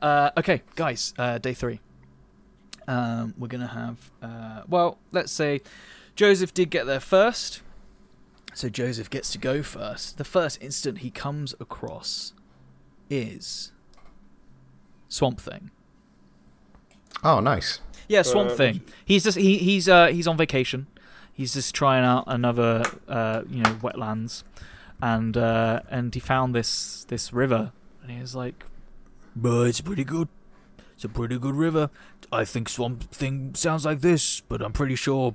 Speaker 5: uh, okay, guys. Uh, day three. Um, we're gonna have. Uh, well, let's say Joseph did get there first, so Joseph gets to go first. The first instant he comes across is Swamp Thing.
Speaker 3: Oh, nice.
Speaker 5: Yeah, Swamp
Speaker 2: Uh,
Speaker 5: Thing. He's just he, he's uh he's on vacation. He's just trying out another uh you know wetlands, and uh and he found this this river, and he was like, "But it's pretty good. It's a pretty good river. I think Swamp Thing sounds like this, but I'm pretty sure."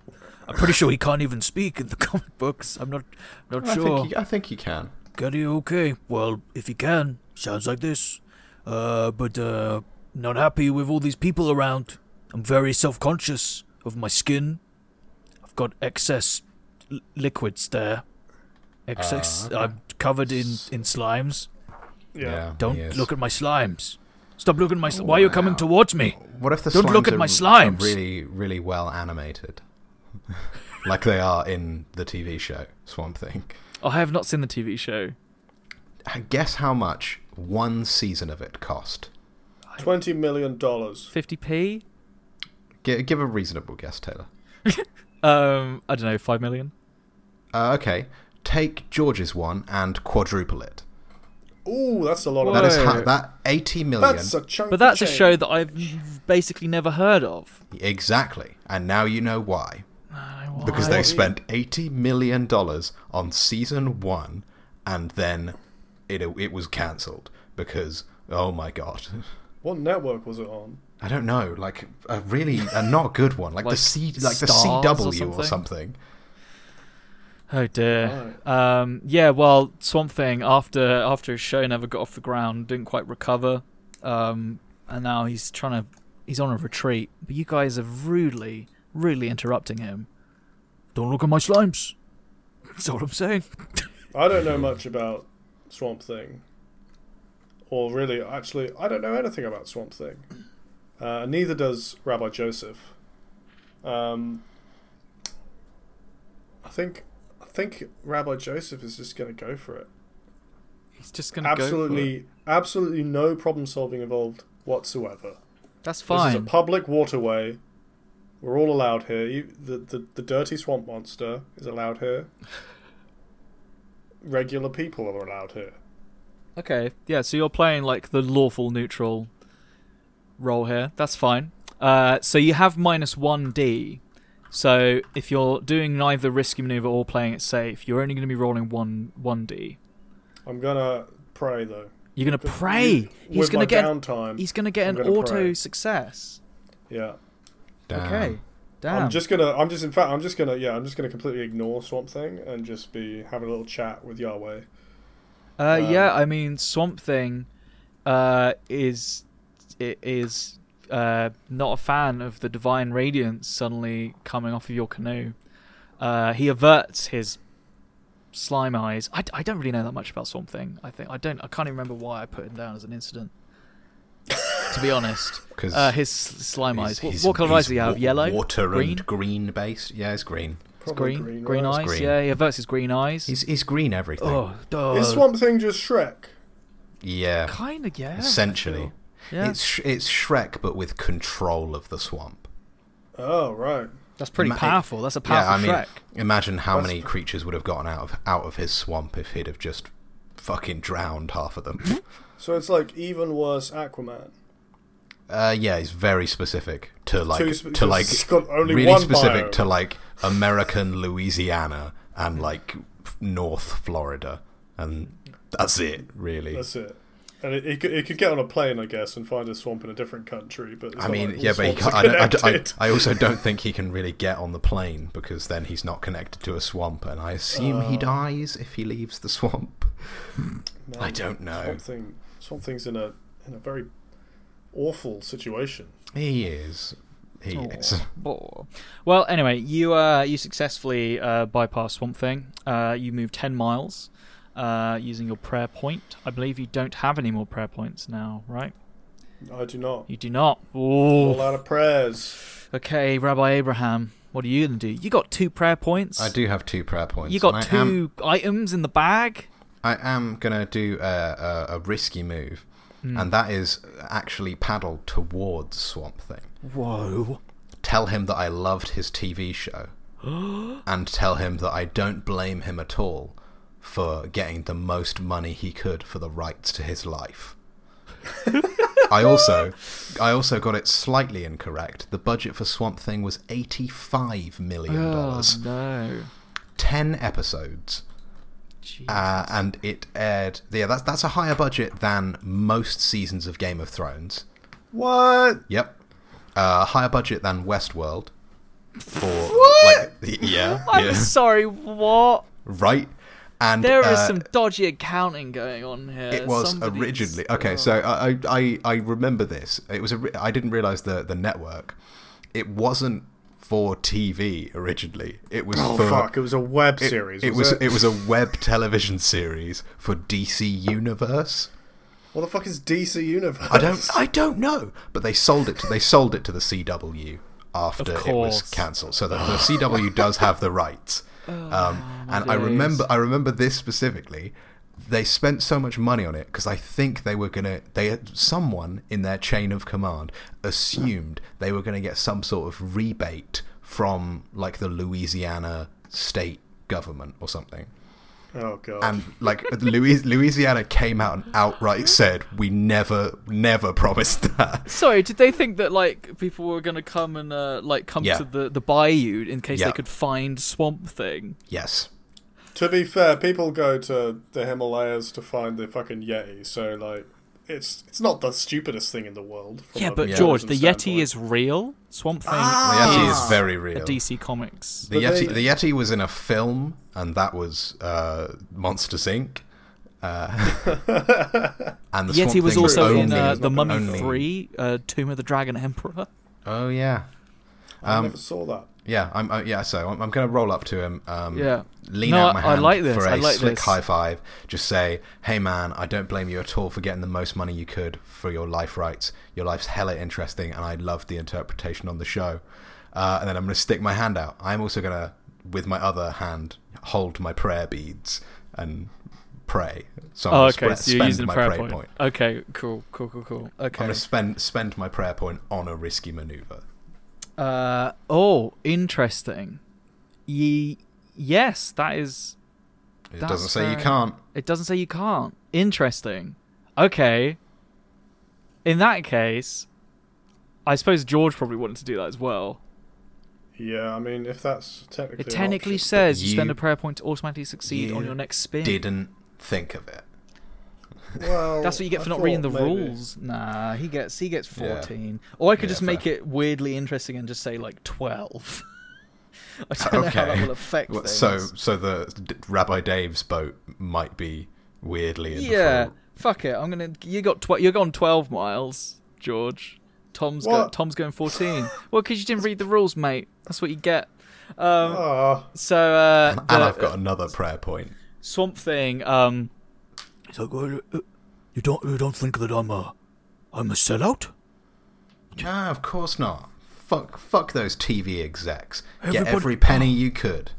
Speaker 5: I'm pretty sure he can't even speak in the comic books. I'm not, not
Speaker 3: I
Speaker 5: sure.
Speaker 3: think you, I think you can.
Speaker 5: Can he okay? Well, if he can, sounds like this. Uh, but uh, not happy with all these people around. I'm very self-conscious of my skin. I've got excess l- liquids there.
Speaker 3: Ah,
Speaker 5: Excess.
Speaker 3: okay.
Speaker 5: I'm covered in in slimes.
Speaker 2: Yeah.
Speaker 5: Don't
Speaker 3: he is.
Speaker 5: look at my slimes. Stop looking at my. Sl- Why are you coming towards me?
Speaker 3: What if the
Speaker 5: Don't look
Speaker 3: slimes
Speaker 5: at my
Speaker 3: are-
Speaker 5: slimes.
Speaker 3: Are really, really well animated, like they are in the TV show Swamp Thing.
Speaker 5: "Oh,
Speaker 4: I have not seen the TV show.
Speaker 3: Guess how much one season of it cost.
Speaker 2: Twenty million dollars.
Speaker 4: 50p?
Speaker 3: G- give a reasonable guess, Taylor.
Speaker 4: Um, I don't know, 5 million?
Speaker 3: Uh, okay, take George's one and quadruple it.
Speaker 2: Ooh, that's a lot
Speaker 3: That
Speaker 2: of.
Speaker 3: is ha-
Speaker 4: Whoa.
Speaker 3: that eighty million
Speaker 2: That's a chunk.
Speaker 4: But
Speaker 2: of
Speaker 4: that's a
Speaker 2: change.
Speaker 4: show that I've basically never heard of.
Speaker 3: exactly, and now you know why. Because
Speaker 2: Why?
Speaker 3: they spent eighty million dollars on season one, and then it it was cancelled because oh my god,
Speaker 2: What network was it on?
Speaker 3: I don't know, like a really a not good one, like, the
Speaker 4: Like
Speaker 3: C like the
Speaker 4: Stars
Speaker 3: CW
Speaker 4: or
Speaker 3: or
Speaker 4: something?
Speaker 3: something.
Speaker 4: Oh dear. Um, yeah, well, Swamp Thing after after his show never got off the ground, didn't quite recover, um, and now he's trying to he's on a retreat. But you guys are rudely, rudely interrupting him.
Speaker 5: Don't look at my slimes. That's all I'm saying.
Speaker 2: I don't know much about Swamp Thing. Or really, actually, I don't know anything about Swamp Thing. Uh, neither does Rabbi Joseph. Um, I think, I think Rabbi Joseph is just going to go for it.
Speaker 4: He's just gonna
Speaker 2: Absolutely, absolutely no problem solving involved whatsoever.
Speaker 4: That's
Speaker 2: This is
Speaker 4: fine.
Speaker 2: a public waterway. We're all allowed here. You, the, the the dirty swamp monster is allowed here. Regular people are allowed here.
Speaker 4: okay. Yeah. So you're playing like the lawful neutral role here. That's fine. Uh, so you have minus one D. So if you're doing neither risky maneuver or playing it safe, you're only going to be rolling one one D.
Speaker 2: I'm gonna pray though.
Speaker 4: You're going to pray. he's
Speaker 2: With my
Speaker 4: going to get
Speaker 2: downtime.
Speaker 4: he's going to get
Speaker 2: I'm
Speaker 4: an
Speaker 2: gonna
Speaker 4: auto
Speaker 2: pray.
Speaker 4: success.
Speaker 2: Yeah.
Speaker 3: Damn.
Speaker 5: Okay.
Speaker 4: Uh,
Speaker 5: Damn.
Speaker 2: I'm just gonna. I'm just. In fact, I'm just gonna. Yeah, I'm just gonna completely ignore Swamp Thing and just be having a little chat with Yahweh.
Speaker 4: Uh, yeah,
Speaker 2: Um,
Speaker 4: I mean Swamp Thing uh, is i- is uh, not a fan of the divine radiance suddenly coming off of your canoe. Uh, he averts his slime eyes. I, d- I don't really know that much about Swamp Thing. I think I don't. I can't even remember why I put him down as an incident. to be honest,
Speaker 3: 'Cause
Speaker 4: uh, his s- slime
Speaker 3: He's-
Speaker 4: eyes. What,
Speaker 3: he's-
Speaker 4: what color eyes
Speaker 3: he's
Speaker 4: do you have?
Speaker 3: wa-
Speaker 4: Yellow,
Speaker 3: water
Speaker 4: green,
Speaker 3: and green based. Yeah, it's green.
Speaker 4: It's
Speaker 2: Probably
Speaker 4: green, green, eyes.
Speaker 3: green.
Speaker 4: Yeah, he averts his green eyes.
Speaker 3: He's he's green everything.
Speaker 5: Oh, duh.
Speaker 2: Is Swamp Thing just Shrek?
Speaker 3: yeah,
Speaker 4: kind of yeah.
Speaker 3: essentially.
Speaker 5: Yeah.
Speaker 3: It's Sh- it's Shrek but with control of the swamp.
Speaker 2: Oh right.
Speaker 5: That's pretty
Speaker 3: Ma-
Speaker 5: powerful. That's a
Speaker 3: Yeah,
Speaker 5: powerful
Speaker 3: I mean,
Speaker 5: track.
Speaker 3: imagine how
Speaker 2: That's-
Speaker 3: many creatures would have gotten out of out of his swamp if he'd have just fucking drowned half of
Speaker 4: Hmm?
Speaker 3: them.
Speaker 2: So it's like even worse Aquaman.
Speaker 3: Uh, yeah, he's very specific to like
Speaker 2: Too spe-
Speaker 3: to like
Speaker 2: it's got only
Speaker 3: really
Speaker 2: one
Speaker 3: specific
Speaker 2: biome.
Speaker 3: to like American Louisiana and like f- North Florida, and that's it really.
Speaker 2: That's it. And it, it, could, it could get on a plane, I guess, and find a swamp in a different country. But it's
Speaker 3: I
Speaker 2: not
Speaker 3: mean,
Speaker 2: like all
Speaker 3: yeah, but he
Speaker 2: swamps
Speaker 3: can't,
Speaker 2: are
Speaker 3: I, don't, I,
Speaker 2: connected.
Speaker 3: I, I also don't think he can really get on the plane because then he's not connected to a swamp, and I assume
Speaker 2: Oh.
Speaker 3: he dies if he leaves the swamp.
Speaker 2: Man,
Speaker 3: I don't know.
Speaker 2: Swamp, Thing, swamp Thing's in a in a very awful situation.
Speaker 3: He is. He is.
Speaker 4: Blah. Well, anyway, you uh, you successfully uh, bypassed Swamp Thing. Uh, you moved ten miles uh, using your prayer point. I believe you don't have any more prayer points now, right?
Speaker 2: I do not.
Speaker 4: You do not.
Speaker 2: All
Speaker 4: Ooh.
Speaker 2: out of prayers.
Speaker 4: Okay, Rabbi Abraham, what are you gonna do? You got two prayer points.
Speaker 3: I do have two prayer points.
Speaker 4: You
Speaker 3: and
Speaker 4: got
Speaker 3: I am-
Speaker 4: two items in the bag.
Speaker 3: I am gonna do a, a, a risky move,
Speaker 4: Hmm.
Speaker 3: and that is actually paddle towards Swamp Thing.
Speaker 4: Whoa.
Speaker 3: Tell him that I loved his TV show, and tell him that I don't blame him at all for getting the most money he could for the rights to his life. I also, I also got it slightly incorrect. The budget for Swamp Thing was eighty-five million dollars,
Speaker 4: Oh, no.
Speaker 3: ten episodes.
Speaker 4: Gee.
Speaker 3: Uh, and it aired. Yeah, that's that's a higher budget than most seasons of Game of Thrones.
Speaker 2: What?
Speaker 3: Yep, uh, higher budget than Westworld. For
Speaker 4: What?
Speaker 3: Like, yeah,
Speaker 4: I'm
Speaker 3: yeah,
Speaker 4: sorry. What?
Speaker 3: right. And
Speaker 4: There is
Speaker 3: uh,
Speaker 4: some dodgy accounting going on here.
Speaker 3: It was
Speaker 4: Somebody's-
Speaker 3: originally okay. So I, I- I I remember this. It was a ri- I didn't realize the the network. It wasn't for TV originally. It was
Speaker 2: Oh
Speaker 3: for
Speaker 2: fuck! It was a web
Speaker 3: it-
Speaker 2: series.
Speaker 3: It, was
Speaker 2: it?
Speaker 3: it was a web television series for DC Universe.
Speaker 2: What the fuck is DC Universe?
Speaker 3: I don't. I don't know. But they sold it. To, they sold it to the CW after
Speaker 4: Of
Speaker 3: it was
Speaker 4: course.
Speaker 3: cancelled. So the, the CW does have the rights. Um, and I
Speaker 4: days.
Speaker 3: remember. I remember this specifically. They spent so much money on it because I think they were gonna. They someone in their chain of command assumed they were gonna get some sort of rebate from like the Louisiana state government or something
Speaker 2: Oh god.
Speaker 3: and like Louis- Louisiana came out and outright said we never never promised that.
Speaker 4: Sorry, did they think that like people were gonna come and uh, like come
Speaker 3: Yeah.
Speaker 4: to the the bayou in case
Speaker 3: Yeah.
Speaker 4: they could find Swamp Thing?
Speaker 3: Yes.
Speaker 2: To be fair, people go to the Himalayas to find the fucking Yeti, so like it's it's not the stupidest thing in the world. from
Speaker 4: Yeah,
Speaker 2: a
Speaker 4: but
Speaker 2: tourism
Speaker 4: George, the Yeti
Speaker 2: standpoint.
Speaker 4: is real. Swamp Thing
Speaker 3: The Yeti is very
Speaker 4: is
Speaker 3: real.
Speaker 4: Ah. a DC Comics.
Speaker 3: the
Speaker 2: But
Speaker 3: Yeti
Speaker 2: they-
Speaker 3: the Yeti was in a film and that was uh Monsters Inc. Uh, and the
Speaker 4: Yeti
Speaker 3: Swamp
Speaker 4: was
Speaker 3: Thing
Speaker 4: also in
Speaker 3: only-
Speaker 4: uh, the Mummy
Speaker 3: only-
Speaker 4: Three, uh, Tomb of the Dragon Emperor.
Speaker 3: Oh yeah, Um,
Speaker 2: I never saw that.
Speaker 3: yeah. I'm oh, yeah. So I'm, I'm going to roll up to him. Um,
Speaker 4: Yeah.
Speaker 3: Lean
Speaker 4: No,
Speaker 3: out my
Speaker 4: I-
Speaker 3: hand
Speaker 4: I like this,
Speaker 3: for a
Speaker 4: I like
Speaker 3: slick
Speaker 4: this.
Speaker 3: high five. Just say, "Hey man, I don't blame you at all for getting the most money you could for your life rights. Your life's hella interesting, and I loved the interpretation on the show." Uh, and then I'm going to stick my hand out. I'm also going to, with my other hand, hold my prayer beads and pray. So I'm
Speaker 4: Oh,
Speaker 3: gonna
Speaker 4: okay,
Speaker 3: spre-
Speaker 4: so you're
Speaker 3: spend
Speaker 4: using a
Speaker 3: my
Speaker 4: prayer
Speaker 3: prayer
Speaker 4: point.
Speaker 3: point.
Speaker 4: Okay, cool, cool, cool, cool.
Speaker 3: I'm
Speaker 4: Okay.
Speaker 3: going to spend spend my prayer point on a risky maneuver.
Speaker 4: Uh, oh, interesting. Ye- yes, that is.
Speaker 3: It
Speaker 4: That's
Speaker 3: doesn't say you
Speaker 4: very-
Speaker 3: can't.
Speaker 4: It doesn't say you can't. Interesting. Okay. In that case, I suppose George probably wanted to do that as well.
Speaker 2: Yeah, I mean, if that's technically
Speaker 4: It
Speaker 2: an
Speaker 4: technically
Speaker 2: option.
Speaker 4: says you,
Speaker 3: you-
Speaker 4: spend a prayer point to automatically succeed
Speaker 3: you
Speaker 4: on your next spin.
Speaker 3: Didn't think of it.
Speaker 2: well,
Speaker 4: That's what you get for
Speaker 2: I
Speaker 4: not reading the
Speaker 2: thought maybe.
Speaker 4: rules. Nah, he gets he gets
Speaker 3: Yeah.
Speaker 4: fourteen. Or I could
Speaker 3: Yeah,
Speaker 4: just make
Speaker 3: fair.
Speaker 4: it weirdly interesting and just say like twelve. I don't know how that
Speaker 3: Okay.
Speaker 4: will affect
Speaker 3: Well,
Speaker 4: things.
Speaker 3: So, so the D- Rabbi Dave's boat might be weirdly in
Speaker 4: yeah,
Speaker 3: The
Speaker 4: fuck it. I'm gonna. You got tw- You're going twelve miles, George. Tom's go-
Speaker 2: What?
Speaker 4: Tom's going fourteen. well, because you didn't read the rules, mate. That's what you get. Um,
Speaker 2: Ah,
Speaker 4: so uh,
Speaker 3: fall.
Speaker 4: the
Speaker 3: and I've got another prayer point.
Speaker 4: swamp thing. Um,
Speaker 6: He's like, "Well, uh, you don't, you don't think that I'm a, I'm a sellout?
Speaker 3: No, of course not. Fuck, fuck those TV execs. Get
Speaker 6: Everybody-
Speaker 3: every penny you could.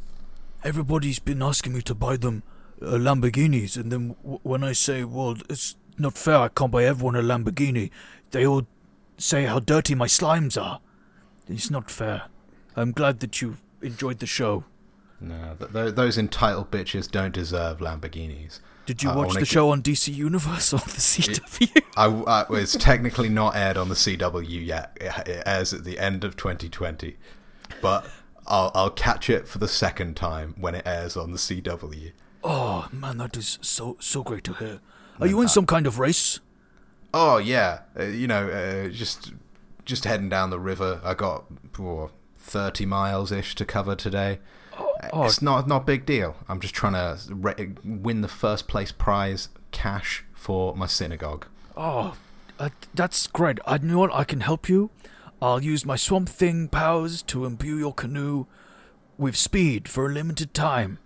Speaker 6: Everybody's been asking me to buy them uh, Lamborghinis, and then w- when I say, well, it's not fair, I can't buy everyone a Lamborghini, they all say how dirty my slimes are. It's not fair.
Speaker 5: I'm glad that you enjoyed the show.
Speaker 3: No, th- th- those entitled bitches don't deserve Lamborghinis.
Speaker 5: Did you
Speaker 3: Uh, I
Speaker 5: watch
Speaker 3: wanna
Speaker 5: the
Speaker 3: gi-
Speaker 5: show on DC Universe or the CW?
Speaker 3: I, I, it's technically not aired on the CW yet. It, it airs at the end of 2020, but I'll, I'll catch it for the second time when it airs on the CW.
Speaker 5: oh man, that is so so great to hear. Are you in some kind of race?
Speaker 3: Oh yeah, uh, you know, uh, just just heading down the river. I got oh, 30 miles ish to cover today.
Speaker 5: oh.
Speaker 3: It's not not a big deal. I'm just trying to re- win the first place prize cash for my synagogue.
Speaker 5: Oh, uh, that's great. I you know what I can help you. I'll use my swamp thing powers to imbue your canoe with speed for a limited time.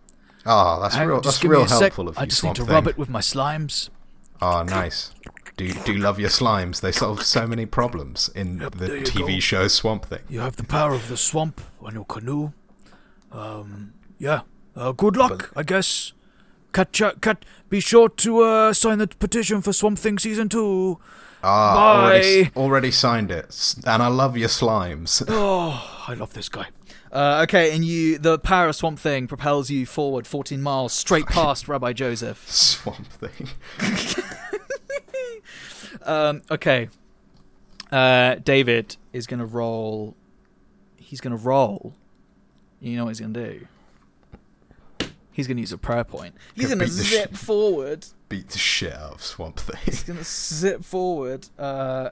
Speaker 3: Oh, that's
Speaker 5: Hang on,
Speaker 3: real.
Speaker 5: just
Speaker 3: That's
Speaker 5: give me
Speaker 3: real
Speaker 5: a sec.
Speaker 3: helpful of you.
Speaker 5: I just
Speaker 3: Swamp
Speaker 5: need to
Speaker 3: Thing.
Speaker 5: rub it with my slimes.
Speaker 3: Oh, nice. Do do love your slimes? They solve so many problems in the
Speaker 5: there you
Speaker 3: TV
Speaker 5: go.
Speaker 3: show Swamp Thing.
Speaker 5: You have the power of the swamp on your canoe. Um, yeah. Uh, good luck, I guess. Catch, uh, cat. Be sure to uh, sign the petition for Swamp Thing season two.
Speaker 3: Ah, already,
Speaker 5: Bye.
Speaker 3: s- already signed it, S- and I love your slimes.
Speaker 5: Oh, I love this guy.
Speaker 4: Uh, okay, and you, the power of Swamp Thing propels you forward 14 miles straight past Rabbi Joseph.
Speaker 3: Swamp Thing.
Speaker 4: Um, okay, uh, David is gonna roll. He's gonna roll. You know what he's gonna do. He's gonna use a prayer point. He's
Speaker 3: Gonna
Speaker 4: gonna
Speaker 3: beat the sh-
Speaker 4: zip forward.
Speaker 3: Beat the shit out of Swamp Thing.
Speaker 4: He's gonna zip forward. Uh,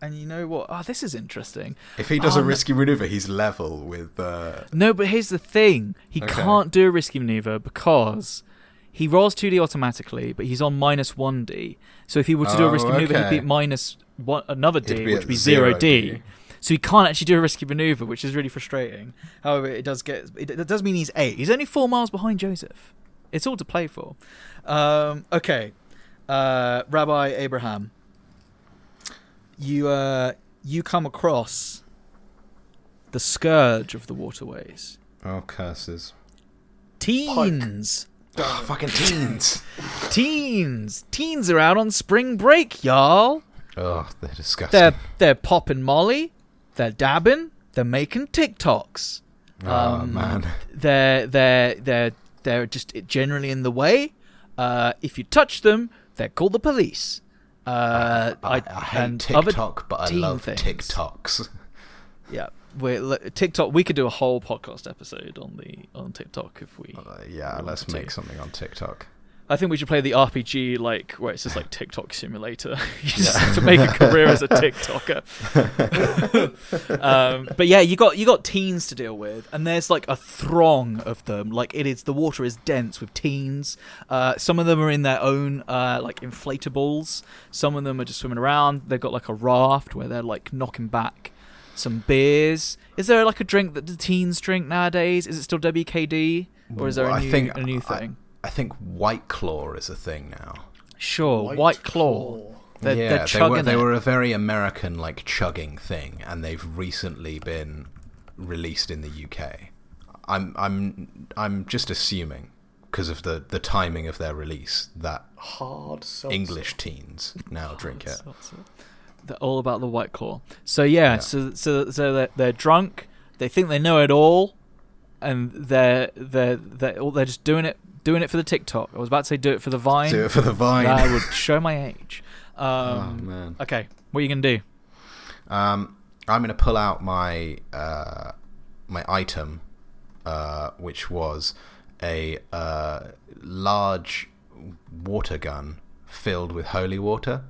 Speaker 4: and you know what? Oh, this is interesting.
Speaker 3: If he does
Speaker 4: Oh,
Speaker 3: a
Speaker 4: no.
Speaker 3: risky maneuver, he's level with. Uh,
Speaker 7: No, but here's the thing: he
Speaker 3: Okay.
Speaker 7: can't do a risky maneuver because he rolls two d automatically, but he's on minus one d. So if he were to do
Speaker 3: Oh,
Speaker 7: a risky maneuver, he'd
Speaker 3: okay.
Speaker 7: be at minus one another d,
Speaker 3: It'd be
Speaker 7: which
Speaker 3: at
Speaker 7: would be
Speaker 3: zero
Speaker 7: zero d.
Speaker 3: D.
Speaker 7: So he can't actually do a risky maneuver, which is really frustrating.
Speaker 4: However, it does get. It, it does mean he's eight. He's only four miles behind Joseph. It's all to play for. Um, okay, uh, Rabbi Abraham, you uh, you come across the scourge of the waterways.
Speaker 3: oh, curses.
Speaker 4: Teens,
Speaker 3: Oh, fucking teens!
Speaker 4: teens, teens are out on spring break, y'all.
Speaker 3: oh, they're disgusting.
Speaker 4: They're they're popping Molly, they're dabbing, they're making TikToks.
Speaker 3: oh,
Speaker 4: um,
Speaker 3: man.
Speaker 4: they're they're they're they're just generally in the way. Uh, if you touch them, they're called the police. Uh,
Speaker 3: I, I hate
Speaker 4: and
Speaker 3: TikTok, but I
Speaker 4: teen
Speaker 3: love
Speaker 4: things.
Speaker 3: TikToks.
Speaker 4: Yeah, we TikTok. We could do a whole podcast episode on the on TikTok if we.
Speaker 3: Uh, yeah, let's make something on TikTok.
Speaker 7: I think we should play the RPG like where it's just like TikTok simulator. you just have to make a career as a TikToker.
Speaker 4: Um, but yeah, you got you got teens to deal with, and there's like a throng of them. Like it is the water is dense with teens. Uh, some of them are in their own uh, like inflatables. Some of them are just swimming around. They've got like a raft where they're like knocking back some beers. Is there like a drink that the teens drink nowadays? Is it still WKD or is there
Speaker 3: Well,
Speaker 4: a
Speaker 3: I
Speaker 4: new,
Speaker 3: think-
Speaker 4: a new
Speaker 3: I-
Speaker 4: thing?
Speaker 3: I think White Claw is a thing now.
Speaker 4: sure, White, Claw. They're,
Speaker 3: yeah,
Speaker 4: they're chugging
Speaker 3: they were, they
Speaker 4: it.
Speaker 3: were a very American like chugging thing, and they've recently been released in the UK. I'm I'm I'm just assuming because of the the timing of their release that
Speaker 2: Hard seltzer.
Speaker 3: English teens now drink it.
Speaker 7: They're all about the White Claw. So yeah, so so so they're, they're drunk. They think they know it all, and they're they're they're, all- they're just doing it doing it for the TikTok. I was about to say do it for the Vine.
Speaker 3: Do it for the vine. Oh,
Speaker 7: That would show my age. Um,
Speaker 3: man.
Speaker 7: Okay, what are you gonna do?
Speaker 3: Um, I'm going to pull out my uh, my item, uh, which was a uh, large water gun filled with holy water.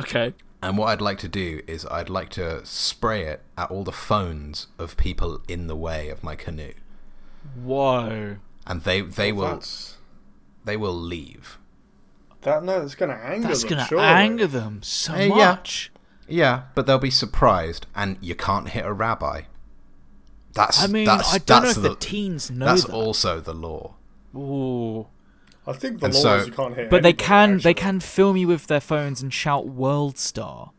Speaker 7: Okay.
Speaker 3: And what I'd like to do is I'd like to spray it at all the phones of people in the way of my canoe,
Speaker 7: Whoa.
Speaker 3: and they they will
Speaker 2: That's,
Speaker 3: they will leave.
Speaker 2: that, no, that's going to anger
Speaker 7: That's
Speaker 2: them,
Speaker 7: gonna
Speaker 2: surely.
Speaker 7: anger them so
Speaker 3: Eh, yeah.
Speaker 7: much.
Speaker 3: Yeah, but they'll be surprised, and you can't hit a rabbi. That's
Speaker 7: I mean,
Speaker 3: that's,
Speaker 7: I don't know if
Speaker 3: that's
Speaker 7: the, teens know
Speaker 3: that's
Speaker 7: that.
Speaker 3: also the law.
Speaker 7: Ooh.
Speaker 2: I think the
Speaker 3: And
Speaker 2: law
Speaker 3: so-
Speaker 2: is you can't hit
Speaker 7: But they
Speaker 2: anybody,
Speaker 7: can
Speaker 2: actually.
Speaker 7: they can film you with their phones and shout "World Star,"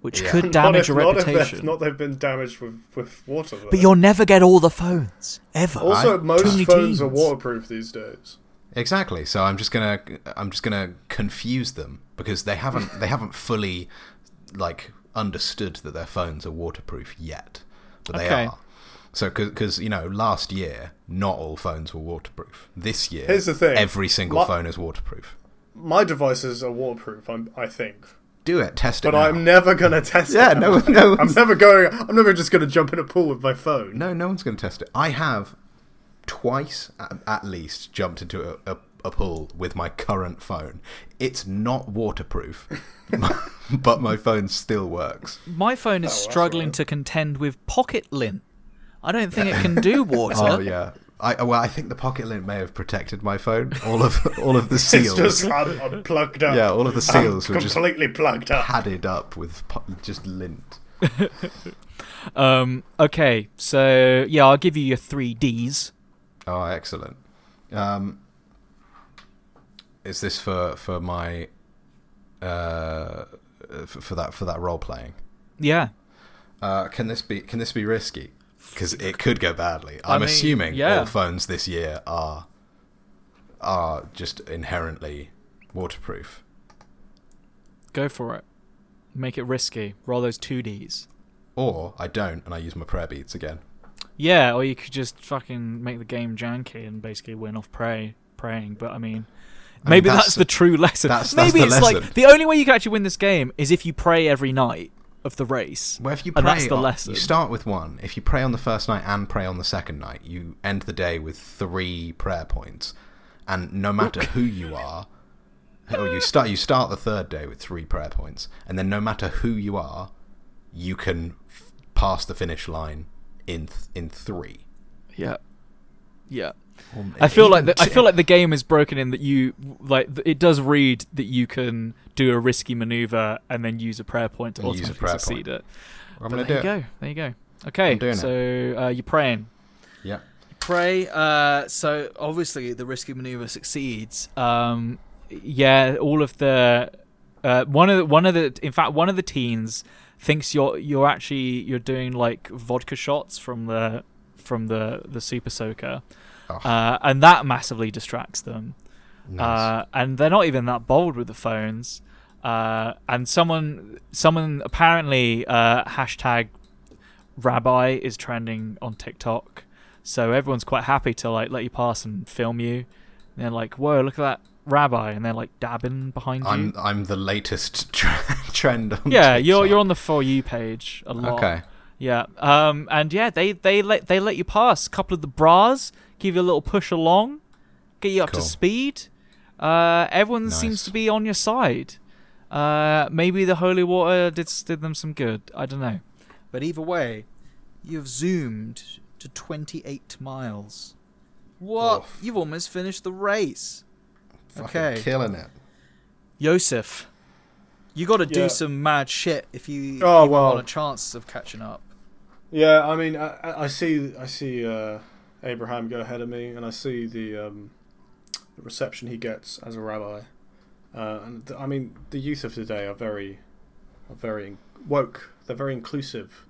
Speaker 7: which
Speaker 3: Yeah.
Speaker 7: could
Speaker 3: Not
Speaker 7: damage
Speaker 2: not
Speaker 7: your
Speaker 2: if, Not if,
Speaker 7: reputation.
Speaker 2: they've, not they've been damaged with, with water. though.
Speaker 7: But you'll never get all the phones ever.
Speaker 2: also,
Speaker 3: I-
Speaker 2: most
Speaker 7: Tiny
Speaker 2: phones are
Speaker 7: teens.
Speaker 2: waterproof these days.
Speaker 3: Exactly. So I'm just gonna I'm just gonna confuse them because they haven't they haven't fully like understood that their phones are waterproof yet, but they
Speaker 7: Okay.
Speaker 3: are. So, because you know, last year not all phones were waterproof. This year,
Speaker 2: Here's the thing.
Speaker 3: every single
Speaker 2: My-
Speaker 3: phone is waterproof.
Speaker 2: My devices are waterproof, I'm, I think,
Speaker 3: Do it, test it.
Speaker 2: but I'm
Speaker 3: now.
Speaker 2: never gonna test
Speaker 3: Yeah,
Speaker 2: it.
Speaker 3: no,
Speaker 2: out.
Speaker 3: no
Speaker 2: I'm
Speaker 3: one's-
Speaker 2: never going. I'm never just gonna jump in a pool with my phone.
Speaker 3: no, no one's going to test it. I have twice at, at least jumped into a, a, a pool with my current phone. It's not waterproof, but my phone still works.
Speaker 5: My phone is
Speaker 2: Oh, that's
Speaker 5: struggling
Speaker 2: weird.
Speaker 5: to contend with pocket lint. I don't think it can do water.
Speaker 3: Oh yeah. I, well, I think the pocket lint may have protected my phone. All of all of the
Speaker 2: It's
Speaker 3: seals,
Speaker 2: just un- unplugged up.
Speaker 3: yeah, all of the seals were just
Speaker 2: completely plugged up.
Speaker 3: padded up with po- just lint.
Speaker 4: Um, okay, so yeah, I'll give you your three Ds.
Speaker 3: Oh, excellent. Um, is this for for my uh, for, for that for that role playing?
Speaker 4: Yeah.
Speaker 3: Uh, can this be can this be risky? Because it could go badly. I'm
Speaker 4: mean,
Speaker 3: assuming
Speaker 4: yeah.
Speaker 3: all phones this year are are just inherently waterproof.
Speaker 4: Go for it. Make it risky. Roll those two Ds.
Speaker 3: Or I don't, and I use my prayer beads again.
Speaker 4: Yeah, or you could just fucking make the game janky and basically win off prey praying. But I
Speaker 3: I
Speaker 4: mean,
Speaker 3: mean,
Speaker 4: maybe
Speaker 3: that's
Speaker 4: that's, the
Speaker 3: the-
Speaker 4: true lesson.
Speaker 3: that's- that's
Speaker 4: maybe
Speaker 3: the
Speaker 4: it's
Speaker 3: lesson.
Speaker 4: like the only way you can actually win this game is if you pray every night of the race.
Speaker 3: Well, if you pray,
Speaker 4: and that's the
Speaker 3: on-
Speaker 4: lesson.
Speaker 3: you start with one. If you pray on the first night and pray on the second night, you end the day with three prayer points. And no matter who you are, or you start you start the third day with three prayer points, and then no matter who you are, you can f- pass the finish line in th- in three.
Speaker 4: yeah. Yeah.
Speaker 3: Or
Speaker 4: I feel like
Speaker 3: even
Speaker 4: the, I
Speaker 3: two.
Speaker 4: feel like the game is broken in that you like th- it does read that you can do a risky maneuver and then use a prayer point to
Speaker 3: And use a
Speaker 4: ultimately
Speaker 3: prayer
Speaker 4: succeed it.
Speaker 3: I'm
Speaker 4: But
Speaker 3: gonna
Speaker 4: there
Speaker 3: do
Speaker 4: you
Speaker 3: it.
Speaker 4: go. There you go. Okay,
Speaker 3: I'm doing it.
Speaker 4: so uh, you're praying.
Speaker 3: Yeah.
Speaker 5: Prey. Uh, so obviously the risky maneuver succeeds.
Speaker 4: Um, yeah, all of the uh, one of the, one of the in fact one of the teens thinks you're you're actually you're doing like vodka shots from the from the the super soaker,
Speaker 3: Oh,
Speaker 4: uh, and that massively distracts them.
Speaker 3: nice.
Speaker 4: uh, and they're not even that bold with the phones. Uh, and someone, someone apparently uh, hashtag Rabbi is trending on TikTok, so everyone's quite happy to like let you pass and film you. And they're like, "Whoa, look at that Rabbi!" And they're like dabbing behind
Speaker 3: I'm
Speaker 4: you.
Speaker 3: I'm the latest trend on
Speaker 4: Yeah, you're
Speaker 3: TikTok.
Speaker 4: you're on the for you page a lot.
Speaker 3: Okay.
Speaker 4: Yeah. Um. And yeah, they they let they let you pass. A couple of the bras give you a little push along, get you up
Speaker 3: Cool.
Speaker 4: to speed. Uh, everyone
Speaker 3: Nice.
Speaker 4: seems to be on your side. Uh, maybe the holy water did s- did them some good. I don't know.
Speaker 5: But either way, you've zoomed to 28 miles. What?
Speaker 3: Oof.
Speaker 5: You've almost finished the race.
Speaker 3: Fucking
Speaker 5: Okay.
Speaker 3: killing it.
Speaker 5: Yosef, you got to
Speaker 2: Yeah.
Speaker 5: do some mad shit if you
Speaker 2: Oh,
Speaker 5: even
Speaker 2: well.
Speaker 5: want a chance of catching up.
Speaker 2: Yeah, I mean, I, I- I see, I see uh, Abraham go ahead of me, and I see the, um, the reception he gets as a rabbi. Uh, and th- I mean, the youth of today are very, are very in- woke. They're very inclusive.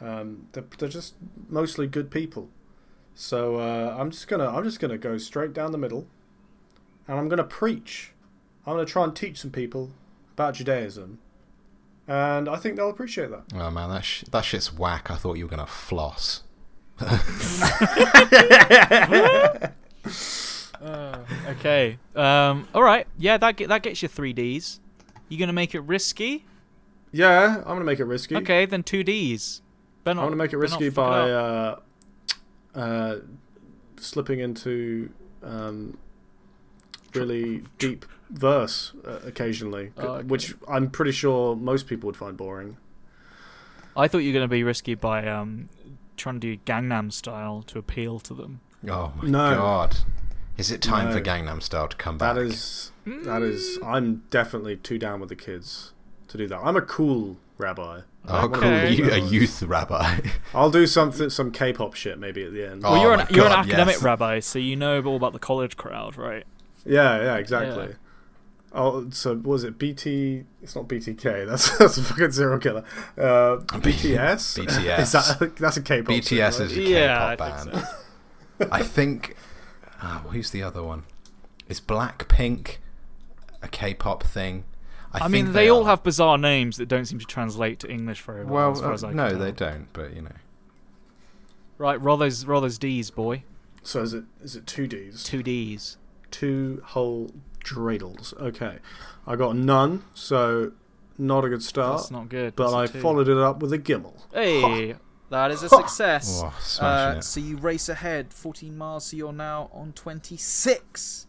Speaker 2: Um, they're, they're just mostly good people. So uh, I'm just gonna, I'm just gonna go straight down the middle, and I'm gonna preach. I'm gonna try and teach some people about Judaism, and I think they'll appreciate that.
Speaker 3: Oh man, that sh- that shit's whack. I thought you were gonna floss.
Speaker 4: Okay. Um. All right. Yeah. That get, that gets you three Ds. You gonna make it risky?
Speaker 2: Yeah, I'm gonna make it risky.
Speaker 4: Okay. Then two Ds. Better
Speaker 2: I'm
Speaker 4: not-
Speaker 2: gonna make it
Speaker 4: better not
Speaker 2: risky
Speaker 4: fuck
Speaker 2: by
Speaker 4: up.
Speaker 2: uh, uh, slipping into um, really deep verse uh, occasionally, c-
Speaker 4: Oh, okay.
Speaker 2: which I'm pretty sure most people would find boring. uh,
Speaker 4: I thought you were gonna be risky by um trying to do Gangnam style to appeal to them.
Speaker 3: Oh my
Speaker 2: No.
Speaker 3: god. Is it time for
Speaker 2: No.
Speaker 3: Gangnam Style to come back?
Speaker 2: That is, that is. I'm definitely too down with the kids to do that. I'm a cool rabbi.
Speaker 3: Oh,
Speaker 2: I'm a
Speaker 3: cool.
Speaker 4: Okay.
Speaker 3: You, a youth rabbi.
Speaker 2: I'll do something, some K-pop shit maybe at the end.
Speaker 3: Oh
Speaker 4: Well, you're an
Speaker 3: my
Speaker 4: you're an
Speaker 3: God,
Speaker 4: academic
Speaker 3: yes.
Speaker 4: rabbi, so you know all about the college crowd, right?
Speaker 2: Yeah, yeah, exactly. Oh, so what was it BT? It's not BTK. That's that's a fucking serial killer. Uh,
Speaker 3: B-
Speaker 2: BTS.
Speaker 3: BTS.
Speaker 2: is that that's a K-pop? thing,
Speaker 3: BTS is a K-pop
Speaker 4: Yeah, I
Speaker 3: band.
Speaker 4: think
Speaker 3: I think. ah, who's the other one? Is Blackpink a K-pop thing?
Speaker 4: I,
Speaker 3: think
Speaker 4: mean, they, all
Speaker 3: are.
Speaker 4: have bizarre names that don't seem to translate to English very well.
Speaker 3: Well,
Speaker 4: as far
Speaker 3: uh,
Speaker 4: as I can
Speaker 3: no,
Speaker 4: tell.
Speaker 3: they don't. But you know,
Speaker 4: Right, roll those roll those D's, boy.
Speaker 2: So is it is it two D's?
Speaker 4: Two D's.
Speaker 2: Two whole dreidels. Okay, I got none, so not a good start.
Speaker 4: That's not good.
Speaker 2: Uh, but
Speaker 4: That's
Speaker 2: I
Speaker 4: a two.
Speaker 2: followed it up with a gimmel.
Speaker 5: Hey, that is a success.
Speaker 3: Oh, smashing
Speaker 5: Uh,
Speaker 3: it.
Speaker 5: so you race ahead 14 miles, so you're now on 26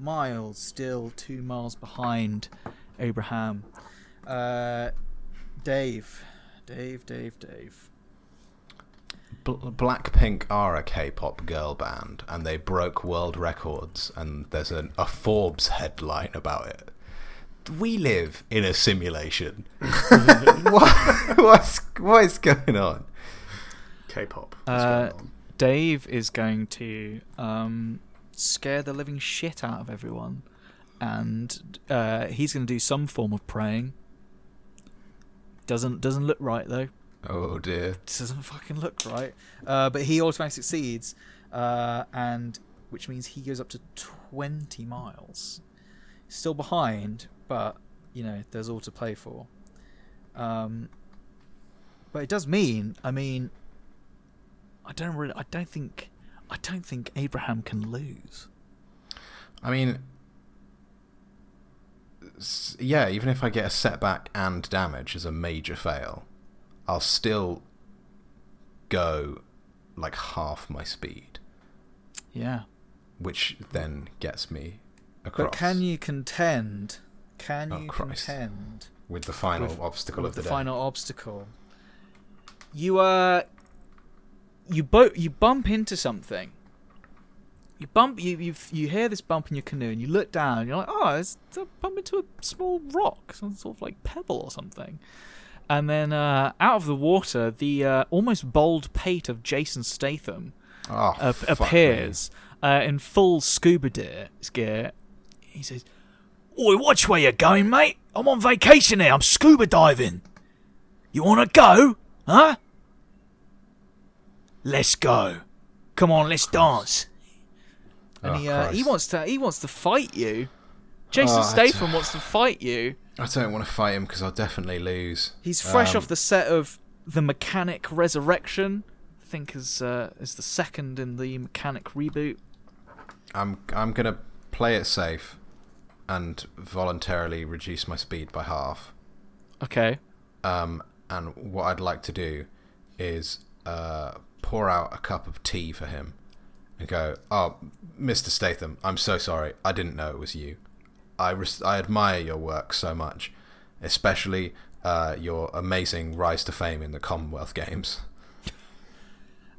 Speaker 5: miles, still two miles behind Abraham. Uh, Dave, Dave, Dave, Dave.
Speaker 3: Bl- Blackpink are a K-pop girl band, and they broke world records. And there's an, a Forbes headline about it. We live in a simulation. what, what's what is going on?
Speaker 2: K-pop. is
Speaker 4: Uh,
Speaker 2: going on.
Speaker 4: Dave is going to um, scare the living shit out of everyone, and uh, he's going to do some form of praying. Doesn't doesn't look right though.
Speaker 3: Oh dear.
Speaker 5: Doesn't fucking look right. Uh, but he automatically succeeds, uh, and which means he goes up to 20 miles. Still behind, but you know there's all to play for. Um, but it does mean, I mean, I don't really, I don't think, I don't think Abraham can lose.
Speaker 3: I mean, s- yeah. Even if I get a setback and damage as a major fail, I'll still go like half my speed,
Speaker 4: Yeah.
Speaker 3: which then gets me across.
Speaker 5: But can you contend? Can
Speaker 3: Oh,
Speaker 5: you
Speaker 3: Christ.
Speaker 5: contend
Speaker 3: with the final
Speaker 5: with-
Speaker 3: obstacle
Speaker 5: with
Speaker 3: of the, day.
Speaker 5: final obstacle? You uh,
Speaker 4: you bo- you bump into something. You bump you you you hear this bump in your canoe and you look down and you're like, oh, it's I bump into a small rock, some sort of like pebble or something. And then uh, out of the water, the uh, almost bald pate of Jason Statham
Speaker 3: Oh,
Speaker 4: uh,
Speaker 3: fuck me.
Speaker 4: appears uh, in full scuba deer gear. He says,
Speaker 6: Oi, watch where you're going, mate. I'm on vacation here. I'm scuba diving. You want to go? Huh? Let's go. Come on, let's dance.
Speaker 3: Oh,
Speaker 5: and he, uh, he
Speaker 3: Christ.
Speaker 5: wants to he wants to fight you. Jason
Speaker 3: Oh, I d-
Speaker 5: Statham wants to fight you.
Speaker 3: I don't want to fight him because I'll definitely lose.
Speaker 5: He's fresh
Speaker 3: Um,
Speaker 5: off the set of The Mechanic Resurrection.
Speaker 4: I think is uh, is the second in the mechanic reboot.
Speaker 3: I'm I'm gonna play it safe, and voluntarily reduce my speed by half.
Speaker 4: Okay.
Speaker 3: Um, and what I'd like to do is uh, pour out a cup of tea for him, and go, "Oh, Mr. Statham, I'm so sorry. I didn't know it was you. I res- I admire your work so much, especially uh, your amazing rise to fame in the Commonwealth Games."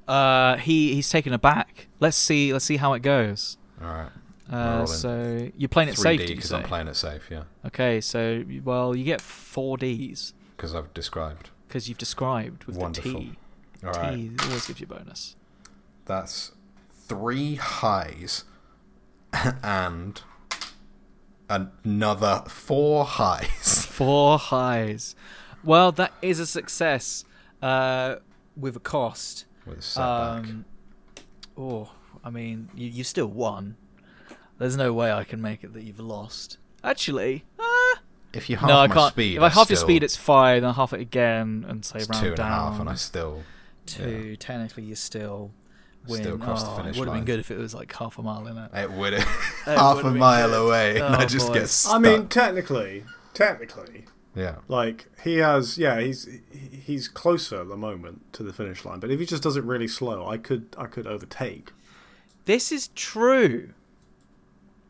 Speaker 4: Uh, he he's taken aback. Let's see let's see how it goes.
Speaker 3: All right.
Speaker 4: Uh,
Speaker 3: rolling.
Speaker 4: so you're playing it
Speaker 3: 3D
Speaker 4: safe, did you
Speaker 3: because
Speaker 4: say?
Speaker 3: I'm playing it safe, yeah,
Speaker 4: Okay, so well, you get four Ds
Speaker 3: because I've described.
Speaker 4: because you've described with the
Speaker 3: Wonderful.
Speaker 4: T.
Speaker 3: All
Speaker 4: T
Speaker 3: right,
Speaker 4: always gives you a bonus.
Speaker 3: that's three highs and another four highs.
Speaker 4: Four highs. Well, that is a success. Uh,
Speaker 5: with a cost.
Speaker 3: With a setback.
Speaker 5: Um, oh, I mean, you, you still won. There's no way I can make it that you've lost.
Speaker 4: actually,
Speaker 3: if you half
Speaker 4: no, I
Speaker 3: my
Speaker 4: can't.
Speaker 3: speed,
Speaker 4: if I half your
Speaker 3: still-
Speaker 4: speed, it's five. Then I half it again, and say
Speaker 3: it's
Speaker 4: round
Speaker 3: two and a
Speaker 4: down.
Speaker 3: half, and I still
Speaker 5: Two, technically, you still win.
Speaker 3: Still crossed the
Speaker 5: Oh,
Speaker 3: finish
Speaker 5: It would have
Speaker 3: line.
Speaker 5: been good if it was like half a mile in it.
Speaker 3: it would half a
Speaker 5: been
Speaker 3: mile away, and
Speaker 5: Oh,
Speaker 3: I just
Speaker 5: boy.
Speaker 3: get stuck.
Speaker 2: I mean, technically, technically,
Speaker 3: yeah,
Speaker 2: like he has, yeah, he's he- he's closer at the moment to the finish line. But if he just does it really slow, I could I could overtake.
Speaker 4: This is true.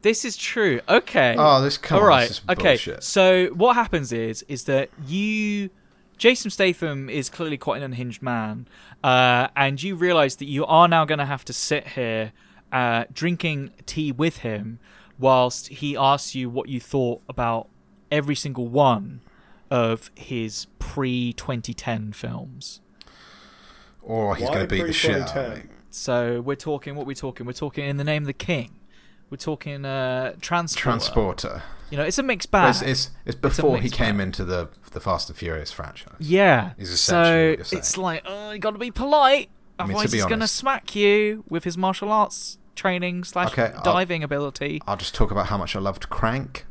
Speaker 4: This is true. Okay.
Speaker 3: Oh, this- come
Speaker 4: All
Speaker 3: on,
Speaker 4: right.
Speaker 3: this is
Speaker 4: okay.
Speaker 3: bullshit.
Speaker 4: So what happens is is that you, Jason Statham, is clearly quite an unhinged man, uh, and you realise that you are now going to have to sit here uh, drinking tea with him whilst he asks you what you thought about every single one of his pre 2010 films.
Speaker 3: or he's
Speaker 2: Why
Speaker 3: going to beat the shit out of me.
Speaker 2: 3.10?
Speaker 4: So we're talking what we're talking. We're talking in the name of the king. We're talking uh, transport.
Speaker 3: Transporter.
Speaker 4: You know, it's a mixed
Speaker 3: But It's,
Speaker 4: bag.
Speaker 3: it's, it's before he
Speaker 4: Ah, mixed
Speaker 3: came
Speaker 4: bag.
Speaker 3: into the the Fast and Furious franchise.
Speaker 4: yeah.
Speaker 3: Is
Speaker 4: so
Speaker 3: essentially what you're
Speaker 4: it's
Speaker 3: saying.
Speaker 4: like, oh, you got to be polite,
Speaker 3: I mean, to
Speaker 4: otherwise
Speaker 3: be
Speaker 4: he's going to
Speaker 3: honest-
Speaker 4: smack you with his martial arts training slash
Speaker 3: Okay, I'll-
Speaker 4: diving ability.
Speaker 3: I'll just talk about how much I loved Crank.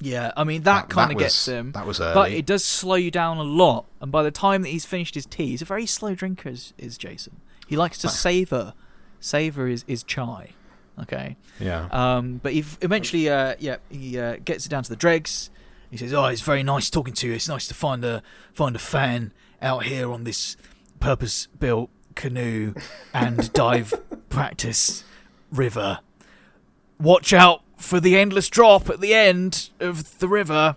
Speaker 4: Yeah, I mean
Speaker 3: That-
Speaker 4: that,
Speaker 3: that
Speaker 4: kind of
Speaker 3: was-
Speaker 4: gets him.
Speaker 3: that was
Speaker 4: but
Speaker 3: early.
Speaker 4: it does slow you down a lot. And by the time that he's finished his tea, he's a very slow drinker. Is, is Jason?
Speaker 5: He likes to
Speaker 3: Wow.
Speaker 5: savor. Savor is is chai. Okay.
Speaker 3: Yeah.
Speaker 5: Um, but he eventually, uh, yeah, he uh, gets it down to the dregs.
Speaker 6: He says, "Oh, it's very nice talking to you. It's nice to find a find a fan out here on this purpose-built canoe and dive practice river. Watch out for the endless drop at the end of the river."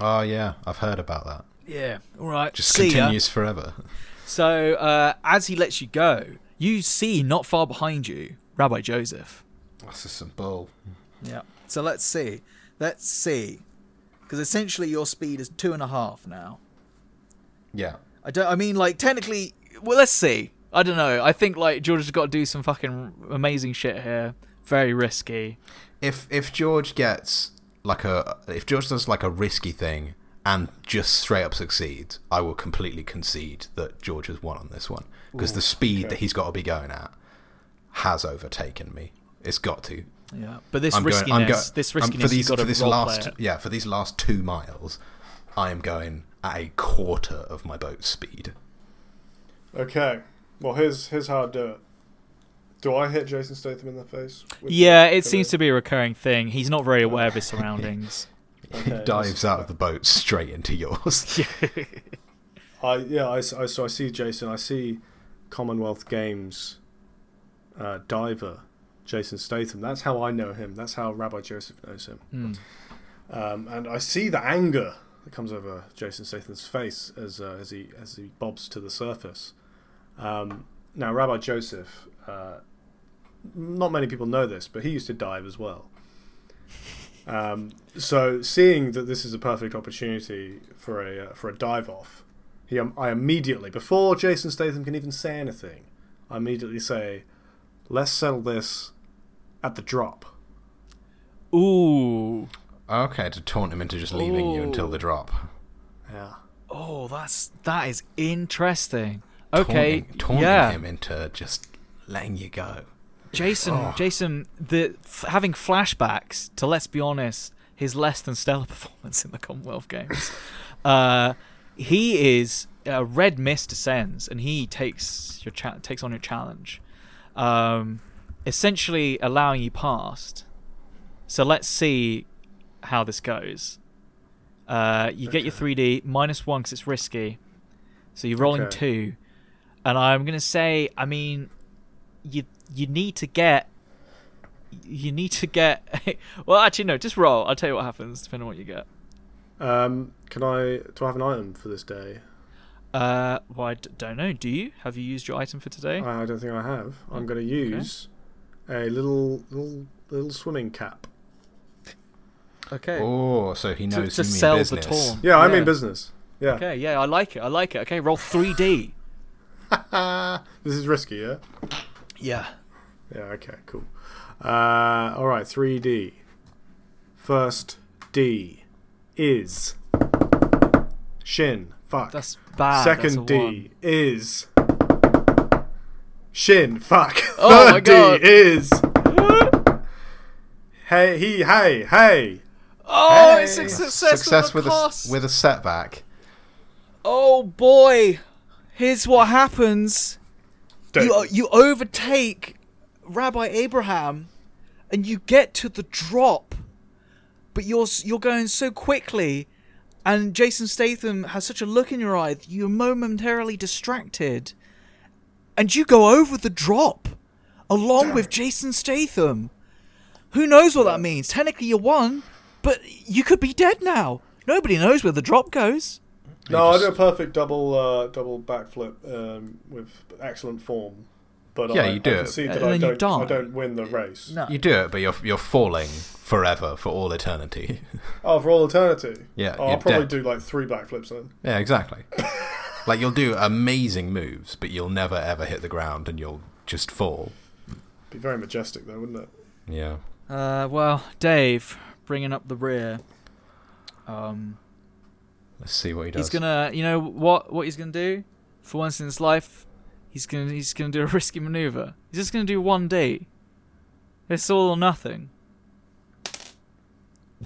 Speaker 3: oh yeah, I've heard about that.
Speaker 6: Yeah. All right.
Speaker 3: Just
Speaker 5: See ya.
Speaker 3: continues forever.
Speaker 5: So uh, as he lets you go, you see not far behind you Rabbi Joseph.
Speaker 3: That's just some bull.
Speaker 5: Yeah. So let's see. Let's see. Because essentially your speed is two and a half now.
Speaker 3: Yeah.
Speaker 5: I don't. I mean, like technically. Well, let's see. I don't know. I think like George has got to do some fucking amazing shit here. Very risky.
Speaker 3: If if George gets like a if George does like a risky thing and just straight up succeeds, I will completely concede that George has won on this one because the speed that he's got to be going at has overtaken me. It's got to.
Speaker 5: Yeah. But this
Speaker 3: I'm
Speaker 5: riskiness.
Speaker 3: going. I'm go-
Speaker 5: this
Speaker 3: I'm-
Speaker 5: riskiness.
Speaker 3: for these
Speaker 5: you've got
Speaker 3: for
Speaker 5: to
Speaker 3: this
Speaker 5: role
Speaker 3: last
Speaker 5: play it.
Speaker 3: yeah for these last two miles. I am going at a quarter of my boat's speed.
Speaker 2: Okay. Well, here's here's how I do it. Do I hit Jason Statham in the face? With-
Speaker 4: Yeah, it
Speaker 2: Can
Speaker 4: seems
Speaker 2: I-
Speaker 4: to be a recurring thing. He's not very aware of his surroundings.
Speaker 3: he
Speaker 2: Okay,
Speaker 3: dives out of the boat straight into yours.
Speaker 2: I yeah. I, s- I- so I see Jason. I see Commonwealth Games uh, diver Jason Statham. That's how I know him. That's how Rabbi Joseph knows him.
Speaker 3: Hmm.
Speaker 2: Um, and I see the anger that comes over Jason Statham's face as uh, as he as he bobs to the surface. Um, now, Rabbi Joseph, uh, not many people know this, but he used to dive as well. Um, so, seeing that this is a perfect opportunity for a uh, for a dive off, he um, I immediately before Jason Statham can even say anything, I immediately say, "Let's settle this at the drop."
Speaker 4: Ooh.
Speaker 3: okay, to taunt him into just leaving you until the drop.
Speaker 2: Yeah.
Speaker 4: Oh, that's that is interesting. Okay.
Speaker 3: taunting, taunting
Speaker 4: yeah.
Speaker 3: him into just letting you go.
Speaker 4: Jason, Jason, the f- having flashbacks to let's be honest, his less than stellar performance in the Commonwealth Games. uh, he is a red mist descends, and he takes your cha- takes on your challenge, um, essentially allowing you past. So let's see how this goes. Uh, you get your 3D minus one because it's risky, so you're rolling
Speaker 2: Okay.
Speaker 4: two, and I'm gonna say, I mean, you you need to get you need to get well actually no just roll i'll tell you what happens depending on what you get
Speaker 2: Um, can I do I have an item for this day?
Speaker 4: uh well i d- don't know do you have you used your item for today
Speaker 2: I, I don't think I have. I'm going to use a little little little swimming cap.
Speaker 4: Eh,
Speaker 5: Okay.
Speaker 3: Oh, so he
Speaker 5: to
Speaker 3: knows
Speaker 5: to
Speaker 3: you mean
Speaker 5: sell
Speaker 3: business.
Speaker 5: the torn.
Speaker 2: Yeah, I mean business. Yeah.
Speaker 4: okay yeah i like it i like it okay roll 3d
Speaker 2: This is risky, yeah?
Speaker 5: Yeah.
Speaker 2: Yeah, okay, cool. Uh, all right, 3D. First D is shin. Fuck.
Speaker 4: that's bad that's a
Speaker 2: Second
Speaker 4: one.
Speaker 2: D is shin. Fuck.
Speaker 4: Oh
Speaker 2: Third
Speaker 4: my God.
Speaker 2: D is hey, he, hey, hey.
Speaker 5: Oh, it's
Speaker 2: Hey.
Speaker 5: a success,
Speaker 3: Success
Speaker 5: with
Speaker 3: with
Speaker 5: a
Speaker 3: a,
Speaker 5: cost.
Speaker 3: s- with a setback.
Speaker 5: oh boy, here's what happens.
Speaker 2: Don't-
Speaker 5: You uh, you overtake Rabbi Abraham, and you get to the drop, but you're s- you're going so quickly, and Jason Statham has such a look in your eye that you're momentarily distracted, and you go over the drop, along with Jason Statham. Who knows what that means? Technically, you won, but you could be dead now. Nobody knows where the drop goes.
Speaker 2: No,
Speaker 3: just-
Speaker 2: I do a perfect double uh, double backflip um, with excellent form. But
Speaker 3: Yeah,
Speaker 2: I,
Speaker 3: you do
Speaker 2: I
Speaker 3: it.
Speaker 2: can
Speaker 4: Uh,
Speaker 2: see that
Speaker 5: And
Speaker 2: I
Speaker 5: then you
Speaker 2: don't. I
Speaker 5: die.
Speaker 2: don't win the race.
Speaker 5: No.
Speaker 3: You do it, but you're you're falling forever for all eternity.
Speaker 2: Oh, for all eternity.
Speaker 3: Yeah,
Speaker 2: Oh, I'll
Speaker 3: you're
Speaker 2: probably
Speaker 3: dead.
Speaker 2: do like three backflips then.
Speaker 3: yeah, exactly. like you'll do amazing moves, but you'll never ever hit the ground, and you'll just fall.
Speaker 2: Be very majestic though, wouldn't it?
Speaker 3: Yeah.
Speaker 4: uh well dave bringing up the rear um
Speaker 3: Let's see what he does.
Speaker 4: he's gonna you know what what he's gonna do for once in his life he's gonna he's gonna do a risky maneuver he's just gonna do one d it's all or nothing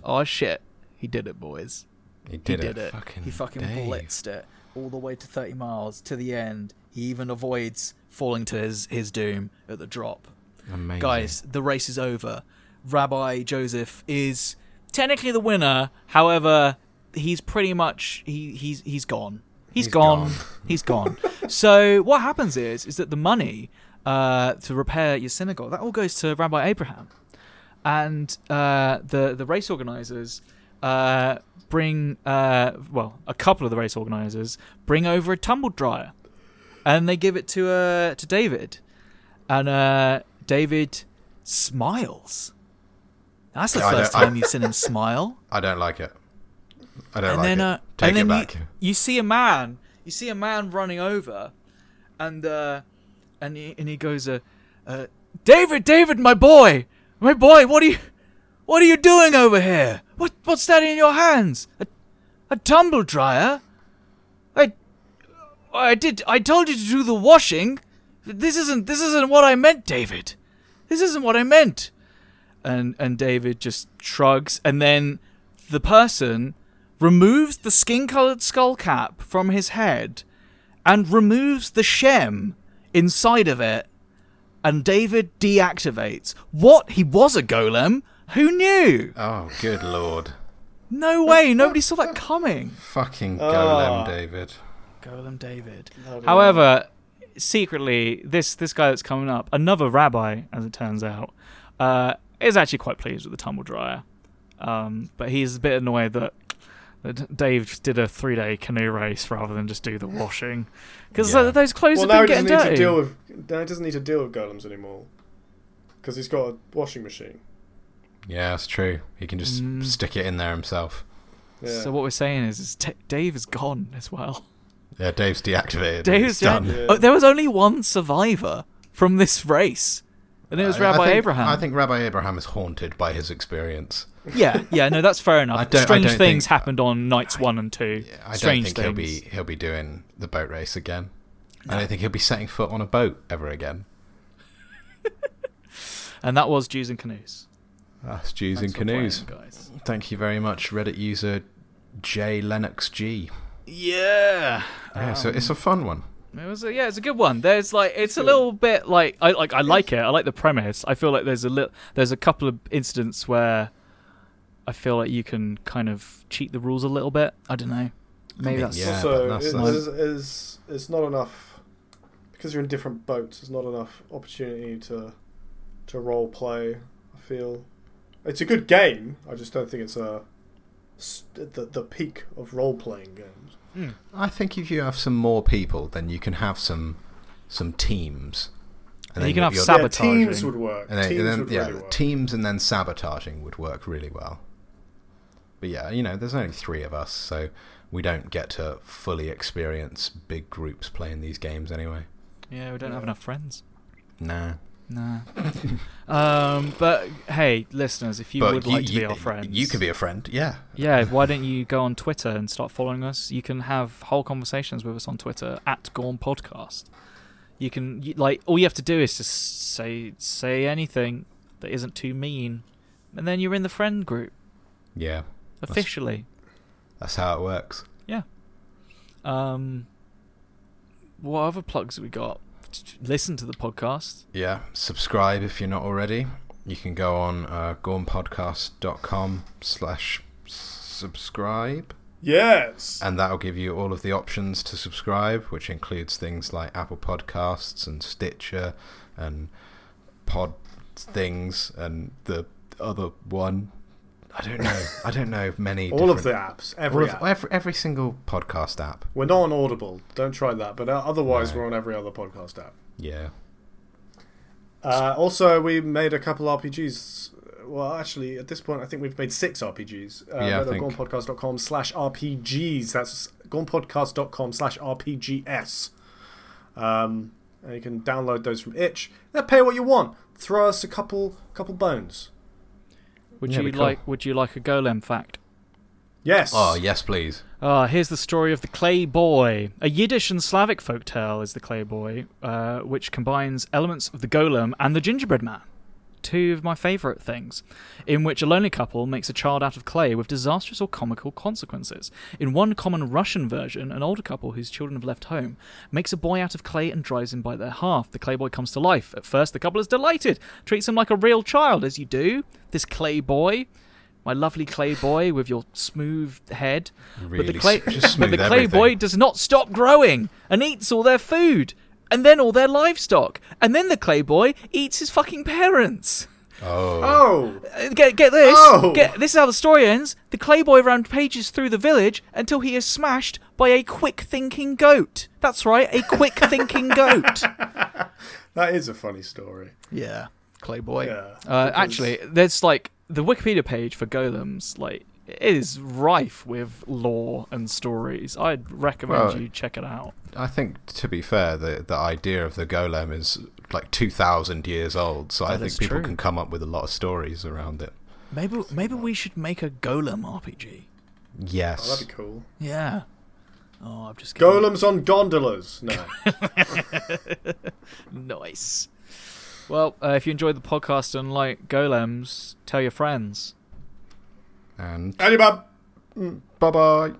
Speaker 5: Oh shit, he did it, boys.
Speaker 3: He did,
Speaker 5: he did
Speaker 3: it.
Speaker 5: it.
Speaker 3: Fucking
Speaker 5: He fucking
Speaker 3: Dave.
Speaker 5: blitzed it.
Speaker 4: all the way to 30 miles to the end. He even avoids falling to his, his doom at the drop.
Speaker 3: Amazing.
Speaker 4: Guys, the race is over. Rabbi Joseph is technically the winner. However, he's pretty much he he's he's gone.
Speaker 3: He's
Speaker 4: he's gone.
Speaker 3: gone.
Speaker 4: He's gone. so what happens is is that the money uh, to repair your synagogue that all goes to Rabbi Abraham, and uh, the the race organizers uh, bring uh, well a couple of the race organizers bring over a tumble dryer, and they give it to uh, to David, and uh, David smiles. That's the
Speaker 3: I don't-
Speaker 4: first
Speaker 3: I-
Speaker 4: time you've seen him smile
Speaker 3: I don't like it. I don't
Speaker 4: and
Speaker 3: like
Speaker 4: then
Speaker 3: it.
Speaker 4: uh,
Speaker 3: Take
Speaker 4: and
Speaker 3: it
Speaker 4: then
Speaker 3: back.
Speaker 4: You, you see a man you see a man running over and uh and he, and he goes uh, uh david david my boy my boy what are you what are you doing over here what what's that in your hands a, a tumble dryer i i did i told you to do the washing this isn't this isn't what i meant david this isn't what i meant and and david just shrugs and then the person removes the skin colored skull cap from his head and removes the shem inside of it and david deactivates what he was a golem who knew
Speaker 3: Oh, good lord.
Speaker 4: no way nobody saw that coming
Speaker 3: Fucking golem, David.
Speaker 4: golem david however secretly this this guy that's coming up another rabbi as it turns out uh, is actually quite pleased with the tumble dryer um, but he's a bit annoyed that that Dave just did a three-day canoe race rather than just do the washing, because
Speaker 3: Yeah.
Speaker 4: those clothes
Speaker 2: well, now
Speaker 4: have
Speaker 2: he
Speaker 4: been getting
Speaker 2: doesn't need
Speaker 4: dirty.
Speaker 2: to deal with now he doesn't need to deal with golems anymore because he's got a washing machine.
Speaker 3: Yeah, that's true. He can just
Speaker 4: Mm.
Speaker 3: stick it in there himself.
Speaker 2: Yeah.
Speaker 4: So what we're saying is, is t- Dave is gone as well.
Speaker 3: Yeah, Dave's deactivated. He's
Speaker 4: Dave's
Speaker 3: done.
Speaker 4: dead.
Speaker 2: Yeah.
Speaker 4: Oh, there was only one survivor from this race, and it
Speaker 3: I-
Speaker 4: was
Speaker 3: I
Speaker 4: Rabbi
Speaker 3: think-
Speaker 4: Abraham.
Speaker 3: I think Rabbi Abraham is haunted by his experience.
Speaker 4: Yeah, yeah, no, that's fair enough.
Speaker 3: I don't- I
Speaker 4: Strange
Speaker 3: don't
Speaker 4: things
Speaker 3: think- uh,
Speaker 4: happened on nights one and two.
Speaker 3: I
Speaker 4: Strange
Speaker 3: don't think
Speaker 4: things.
Speaker 3: he'll be he'll be doing the boat race again. I don't think he'll be setting foot on a boat ever again.
Speaker 4: And that was Jews and Canoes.
Speaker 3: That's Jews and
Speaker 4: Thanks for
Speaker 3: canoes.
Speaker 4: playing, guys.
Speaker 3: Thank you very much, Reddit user J Lennox G.
Speaker 4: Yeah.
Speaker 3: Yeah,
Speaker 4: Um,
Speaker 3: so it's a fun one.
Speaker 4: It was a, yeah, it's a good one. There's like it's a little bit like I like I like it. I like the premise. I feel like there's a little there's a couple of incidents where I feel like you can kind of cheat the rules a little bit. I don't know. Maybe
Speaker 3: mean,
Speaker 4: that's
Speaker 3: yeah.
Speaker 2: also,
Speaker 3: but that's-
Speaker 2: it-
Speaker 3: that's-
Speaker 2: there's- is- it's not enough because you're in different boats. There's not enough opportunity to to role play. I feel it's a good game. I just don't think it's a s- the the peak of role playing games.
Speaker 3: I think if you have some more people, then you can have some some teams.
Speaker 4: And you can have
Speaker 3: you're-
Speaker 4: sab-
Speaker 2: Yeah, teams
Speaker 4: Sabotaging.
Speaker 2: would work.
Speaker 3: and then,
Speaker 2: teams
Speaker 3: and then-
Speaker 2: would
Speaker 3: yeah,
Speaker 2: really work.
Speaker 3: teams and then sabotaging would work really well. But yeah, you know, there's only three of us, so we don't get to fully experience big groups playing these games anyway.
Speaker 4: yeah, we don't have enough friends.
Speaker 3: Nah.
Speaker 4: Nah. um, but hey, listeners, if you would like to be our friends,
Speaker 3: You can be a friend, yeah.
Speaker 4: Yeah, why don't you go on Twitter and start following us? You can have whole conversations with us on Twitter at Gorm Podcast. You can you, like all you have to do is just say say anything that isn't too mean, and then you're in the friend group
Speaker 3: Yeah,
Speaker 4: officially.
Speaker 3: that's how it works.
Speaker 4: Um, what other plugs have we got? Listen to the podcast.
Speaker 3: Yeah, subscribe if you're not already. You can go on uh, gormpodcast.com slash subscribe.
Speaker 2: Yes.
Speaker 3: And that'll give you all of the options to subscribe, which includes things like Apple Podcasts and Stitcher and Pod things and the other one. I don't know. I don't know many.
Speaker 2: all of the
Speaker 3: different-
Speaker 2: apps,
Speaker 3: All
Speaker 2: every
Speaker 3: of,
Speaker 2: app.
Speaker 3: every, every single podcast app.
Speaker 2: We're not on Audible. Don't try that. But uh, otherwise,
Speaker 3: No.
Speaker 2: we're on every other podcast app.
Speaker 3: Yeah.
Speaker 2: Uh, also, we made a couple RPGs. Well, actually, at this point, I think we've made six RPGs. Uh,
Speaker 3: Yeah, I
Speaker 2: they're
Speaker 3: think-
Speaker 2: gormpodcast.com slash RPGs. That's gormpodcast.com slash RPGS. Um, and you can download those from Itch. Now, pay what you want. Throw us a couple couple bones.
Speaker 4: Would
Speaker 3: Yeah,
Speaker 4: you
Speaker 3: be cool.
Speaker 4: like Would you like a golem fact?
Speaker 2: Yes.
Speaker 3: Oh yes, please.
Speaker 4: Ah, here's the story of the clay boy. A Yiddish and Slavic folktale is the clay boy, uh, which combines elements of the golem and the gingerbread man. two of my favourite things, in which a lonely couple makes a child out of clay with disastrous or comical consequences. In one common Russian version, an older couple whose children have left home makes a boy out of clay and drives him by their half. The clay boy comes to life. At first, the couple is delighted, treats him like a real child, as you do. This clay boy. My lovely clay boy with your smooth head. but
Speaker 3: Really
Speaker 4: the clay,
Speaker 3: s- just
Speaker 4: but
Speaker 3: smooth
Speaker 4: the clay
Speaker 3: everything.
Speaker 4: boy does not stop growing and eats all their food and then all their livestock. And then the clay boy eats his fucking parents.
Speaker 2: Oh,
Speaker 4: Uh, Get, get this.
Speaker 2: Oh.
Speaker 4: Get, this is how the story ends. The clay boy ran pages through the village until he is smashed by a quick thinking goat. That's right, a quick thinking goat.
Speaker 2: that is a funny story.
Speaker 5: Yeah, Clayboy.
Speaker 2: Yeah.
Speaker 4: Uh, actually, there's like the Wikipedia page for golems, like it is rife with lore and stories. I'd recommend
Speaker 3: Well,
Speaker 4: you check it out.
Speaker 3: I think, to be fair, the the idea of the golem is like two thousand years old, so I
Speaker 4: That is
Speaker 3: think people
Speaker 4: true.
Speaker 3: can come up with a lot of stories around it.
Speaker 5: Maybe maybe we should make a Golem RPG.
Speaker 2: Oh,
Speaker 3: Yes,
Speaker 2: that'd be cool.
Speaker 5: Yeah. Oh, I've just given-
Speaker 2: Golems on gondolas. No.
Speaker 4: Nice. Well, uh, if you enjoyed the podcast and like golems, tell your friends.
Speaker 3: and
Speaker 2: Anyway,
Speaker 3: bye bye.